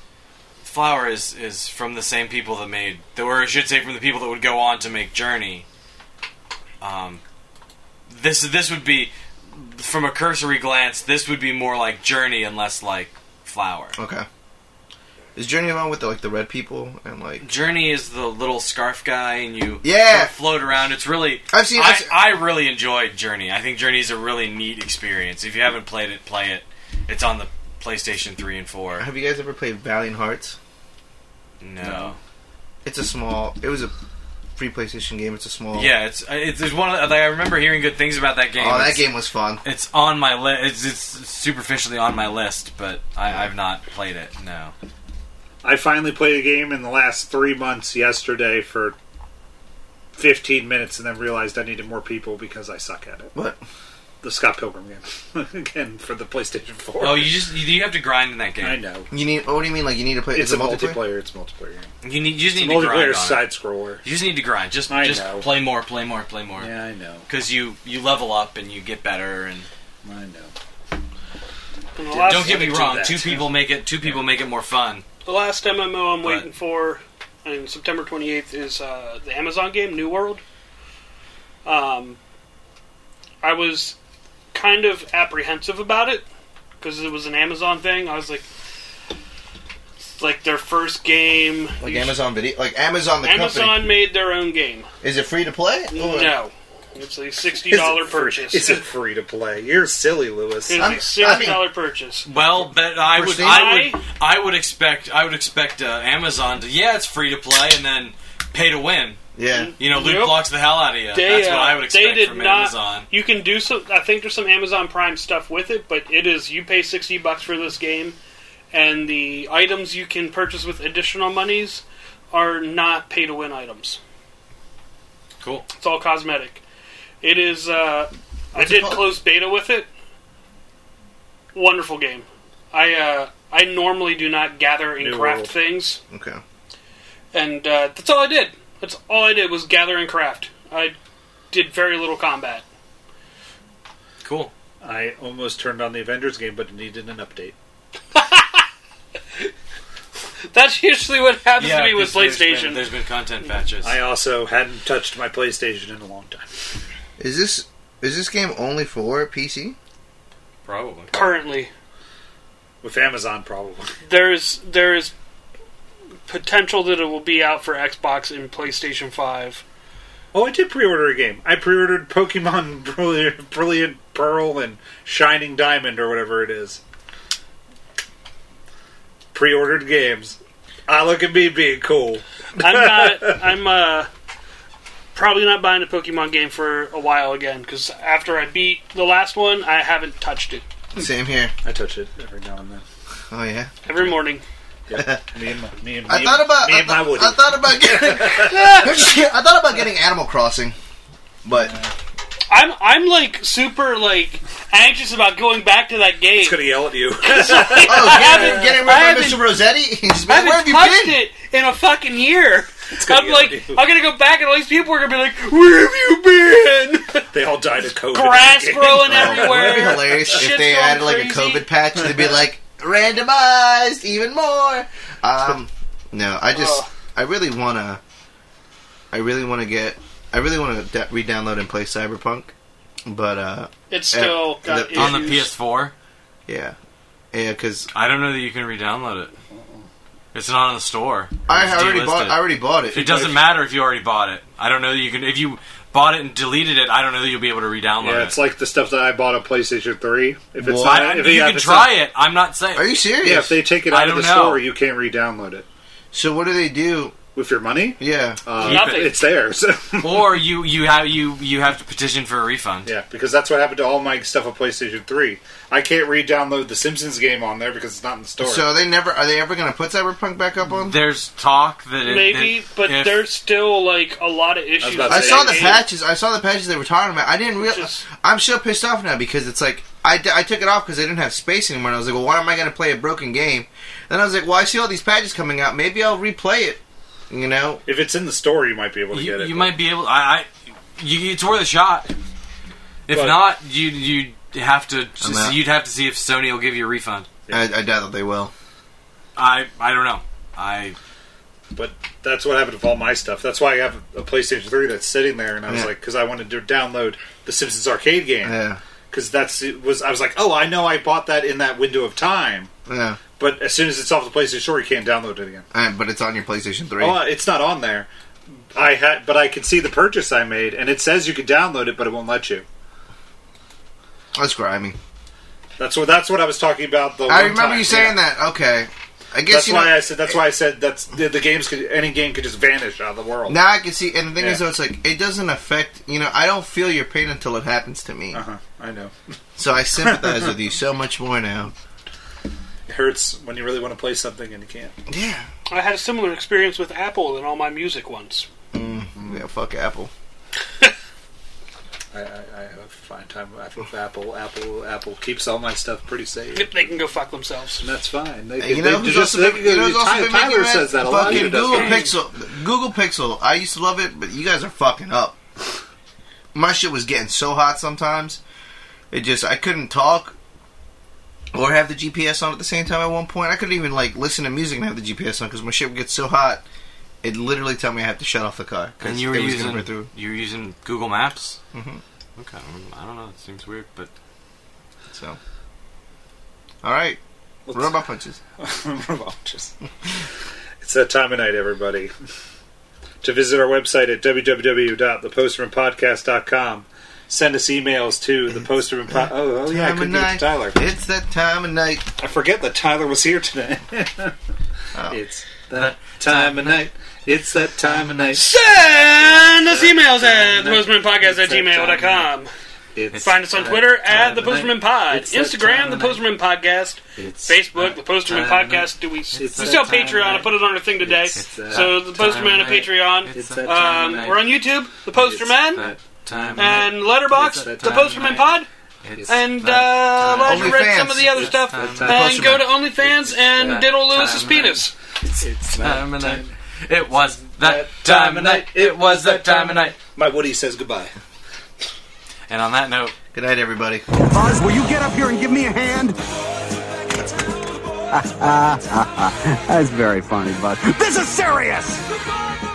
C: flower is is from the same people that made, that or I should say, from the people that would go on to make Journey. Um, this this would be from a cursory glance. This would be more like Journey and less like flower.
E: Okay. Is Journey along with the, like the red people and like?
C: Journey is the little scarf guy, and you
E: Yeah.
C: sort of float around. It's really
E: I've seen-
C: I,
E: I've seen-
C: I really enjoyed Journey. I think Journey is a really neat experience. If you haven't played it, play it. It's on the PlayStation Three and Four.
E: Have you guys ever played Valiant Hearts?
C: no.
E: It's a small. It was a free PlayStation game. It's a small.
C: Yeah, it's uh, it's, it's one. Of the, like, I remember hearing good things about that game.
E: Oh, that
C: It's-
E: game was fun.
C: It's on my list. It's, it's superficially on my list, but I, I've not played it. No.
D: I finally played a game in the last three months yesterday for 15 minutes and then realized I needed more people because I suck at it.
E: What?
D: The Scott Pilgrim game. [laughs] Again, for the PlayStation 4.
C: Oh, you just you, you have to grind in that
D: I
C: game.
D: know.
E: You need? What do you mean? Like you need to play?
D: It's
E: is
D: a
E: it multiplayer?
D: multiplayer. It's a multiplayer game.
C: You need you just
D: It's a
C: need to grind
D: multiplayer
C: on it.
D: side scroller.
C: You just need to grind. Just
D: I
C: just
D: know.
C: play more, play more, play more.
D: Yeah, I know.
C: Because you you level up and you get better. And
D: I know.
F: And the last,
C: don't get me
D: do
C: wrong,
D: that.
C: two people make it two people make it more fun.
F: the last MMO I'm
C: But-
F: waiting for, on September 28th, is uh, the Amazon game New World. Um, I was kind of apprehensive about it because it was an Amazon thing. I was like, it's like their first game.
E: Like
F: You sh-
E: Amazon Video, like Amazon the
F: Amazon
E: company.
F: made their own game.
E: Is it free to play? Or-
F: No, it's a sixty
D: Is it
F: dollar
D: free-
F: purchase.
D: Is it free to play? You're silly, Lewis.
F: It's
E: I'm- I
F: a
E: mean-
F: sixty dollar purchase.
C: Well, but I would,
E: Christine?
C: I would, I would expect, I would expect uh, Amazon to, yeah, it's free to play, and then pay to win.
E: Yeah.
C: You know, loot
F: Yep.
C: blocks the hell out of you. That's what
F: uh,
C: I would
F: they
C: expect
F: did
C: from
F: not,
C: Amazon.
F: You can do some. I think there's some Amazon Prime stuff with it, but it is you pay sixty bucks for this game, and the items you can purchase with additional monies are not pay to win items.
C: Cool.
F: It's all cosmetic. It is. Uh, I
E: it
F: did
E: called?
F: close beta with it. Wonderful game. I uh, I normally do not gather and
D: New
F: craft
D: world.
F: things
E: Okay.
F: and uh, that's all I did. That's all I did was gather and craft. I did very little combat. [laughs]
C: Cool.
D: I almost turned on the Avengers game, but it needed an update.
F: That's usually what happens to me with
C: 'cause there's been-
F: PlayStation.
C: there's been content patches.
D: I also hadn't touched my PlayStation in a long time.
E: Is this is this game only for PC?
C: Probably.
F: Currently,
D: With Amazon, probably.
F: there is there is potential that it will be out for Xbox and PlayStation Five.
D: Oh, I did pre-order a game. I pre-ordered Pokemon [laughs] Brilliant, Brilliant Pearl and Shining Diamond or whatever it is. Pre-ordered games. Ah, look at me being cool.
C: [laughs]
F: I'm not. I'm uh, probably not buying a Pokemon game for a while again because after I beat the last one, I haven't touched it.
E: Same here.
D: I touch it every now and then.
E: Oh yeah.
F: Every morning,
D: Me and my, me and,
E: I
D: me
E: thought
D: and-
E: about
D: me
E: I,
D: and my
E: thought-
D: Woody.
E: I thought about getting I thought about getting Animal Crossing, but
F: I'm I'm like super like anxious about going back to that game.
D: He's gonna yell at you. [laughs]
F: [laughs]
E: oh, getting,
F: haven't-
E: getting
F: I
E: rid of Mr.
F: haven't-
E: Rossetti. He's
F: I
E: like, where have
F: haven't
E: you
F: touched
E: been?
F: it in a fucking year.
D: gonna
F: I'm
D: get
F: like,
D: you.
F: I'm gonna go back, and all these people are gonna be like, "Where have
E: [laughs]
F: you been?
D: they all died of COVID.
F: Grass growing
E: Oh, Wouldn't it be
F: everywhere."
E: hilarious if
F: Shit's
E: they
F: going
E: added like a
F: crazy.
E: COVID patch? They'd be
F: [laughs]
E: like randomized even more. Um, no, I just
F: Ugh.
E: I really wanna I really wanna get I really wanna da- re-download and play Cyberpunk, but uh,
F: It's still
E: Uh,
F: got
E: the-
C: On the
F: issues.
C: PS4,
E: yeah, yeah, because
C: I don't know that you can re-download it. It's not on the store.
E: I
C: It's
E: already bought
C: delisted.
E: I already bought it.
C: It doesn't matter if you already bought it. I don't know that you can. If you bought it and deleted it, I don't know that you'll be able to re-download
D: Yeah,
C: it.
D: it's like the stuff that I bought on PlayStation 3. If it's
E: What?
D: not,
C: I,
D: if
C: you
D: yeah, if
C: can
D: it's
C: try
D: not-
C: it. I'm not saying.
E: Are you serious?
D: Yeah, if they take it
C: I
D: out of the
C: don't know.
D: store, you can't re-download it
E: so what do they do?
D: with your money.
E: Yeah,
D: Uh,
F: Nothing.
D: It's [laughs] theirs.
C: or you you have you you have to petition for a refund.
D: yeah, because that's what happened to all my stuff on PlayStation 3. I can't re-download the Simpsons game on there because it's not in the store.
E: so are they never are they ever gonna put Cyberpunk back up on?
C: There's talk that it,
F: Maybe,
C: that
F: but
C: if-
F: there's still like a lot of issues.
D: about to
E: I
F: with
D: say,
E: saw
F: that
E: the
F: game.
E: patches. I saw the patches they were talking about. I didn't
F: Which
E: realize.
F: is-
E: I'm so pissed off now because it's like I, d- I took it off because I didn't have space anymore. And I was like, well, why am I going to play a broken game? Then I was like, well, I see all these patches coming out. Maybe I'll replay it. You know,
D: if it's in the store, you might be able to
C: you,
D: get it.
C: you might be able. I, I you, it's worth a shot. If
D: But-
C: not, you you have to
E: I'm out.
C: you'd have to see if Sony will give you a refund.
E: I, I doubt that they will.
C: I I don't know. I
D: But that's what happened with all my stuff. That's why I have a PlayStation 3 that's sitting there, and I was
E: Yeah.
D: like, because I wanted to download the Simpsons arcade game.
E: Yeah,
D: because that's it was I was like, oh, I know I bought that in that window of time,
E: yeah.
D: but as soon as it's off the PlayStation Store, you can't download it again.
E: All right, but it's on your PlayStation Three.
D: Oh, it's not on there. I had, but I can see the purchase I made, and it says you can download it, but it won't let you.
E: That's grimy.
D: That's what that's what I was talking about. The
E: I
D: one
E: remember
D: time,
E: you saying
D: yeah.
E: that. Okay, I guess
D: That's
E: you
D: why
E: know.
D: I said. That's why I said that's the, the games could any game could just vanish out of the world.
E: now I can see, and the thing is,
D: Yeah.
E: though, it's like it doesn't affect. You know, I don't feel your pain until it happens to me.
D: Uh-huh, I know.
E: So I sympathize with
D: [laughs]
E: you so much more now.
D: It hurts when you really want to play something and you can't.
E: Yeah,
F: I had a similar experience with Apple and all my music once.
E: yeah. Fuck Apple.
D: I, I, I have a fine time with Apple. Apple Apple keeps all my stuff pretty safe.
F: They can go fuck themselves.
D: And that's fine. They,
E: You
D: they-
E: know,
D: they
E: who's
D: just-
E: also
D: they
E: been,
D: can
E: you
D: go
E: know
D: to
E: who's also
D: Ty-
E: been making
D: Tyler
E: that?
D: says that a lot.
E: fucking
D: He does. [clears throat]
E: Google Pixel. Google Pixel. I used to love it, but you guys are fucking up. My shit was getting so hot sometimes. It just I couldn't talk or have the GPS on at the same time. At one point, I couldn't even like listen to music and have the GPS on because my shit would get so hot. It literally tell me I have to shut off the car. 'cause
C: and you were
E: it was gonna burn
C: using
E: through.
C: you were using Google Maps.
E: Mhm.
C: Okay, I don't know. It seems weird, but
E: So, all right, robot punches. [laughs]
D: Robots. it's that time of night, everybody. To visit our website at www.thepostermanpodcast.com. Send us emails to the Posterman Pod. Oh, oh yeah, I
E: Time of
D: couldn't do it
E: night.
D: to Tyler.
E: It's that time of night.
D: I forget that Tyler was here
E: [laughs]
D: today. It's
E: Oh.
D: that time of night. It's that time of night.
F: Send us emails at thepostermanpodcast at gmail.com.
D: It's
F: Find us on
D: that
F: Twitter
D: time
F: at
D: of
F: the Posterman
D: night.
F: Pod,
D: It's that
F: Instagram
D: time
F: the
D: of
F: Posterman Podcast,
D: It's
F: Facebook the
D: that
F: Posterman
D: time of
F: Podcast. Do we? We
D: that
F: still have
C: time of
F: Patreon. I
C: night.
F: put it on our thing today.
D: It's that
F: So the Posterman on
C: time of
F: Patreon.
C: night. It's that time of
F: Um,
C: night.
F: we're on YouTube, the Posterman,
C: That time of night.
F: and Letterbox,
C: It's
F: the
C: that time of
F: Posterman
C: night.
F: Pod,
C: It's
F: and
C: that
F: uh,
C: time.
F: Elijah read
E: OnlyFans.
F: some of the other
C: It's
F: stuff.
C: time of night.
F: And go to OnlyFans and
C: that
F: diddle Lewis's
C: time of night.
F: penis. uh,
D: It's
C: time of
D: that
C: night. It was that time of night. It was that time of night.
D: My Woody says goodbye.
C: And on that note.
E: Good night, everybody.
A: Buzz, will you get up here and give me a
D: [laughs]
A: hand? [laughs] That's very funny, Buzz. This is serious!
B: Goodbye,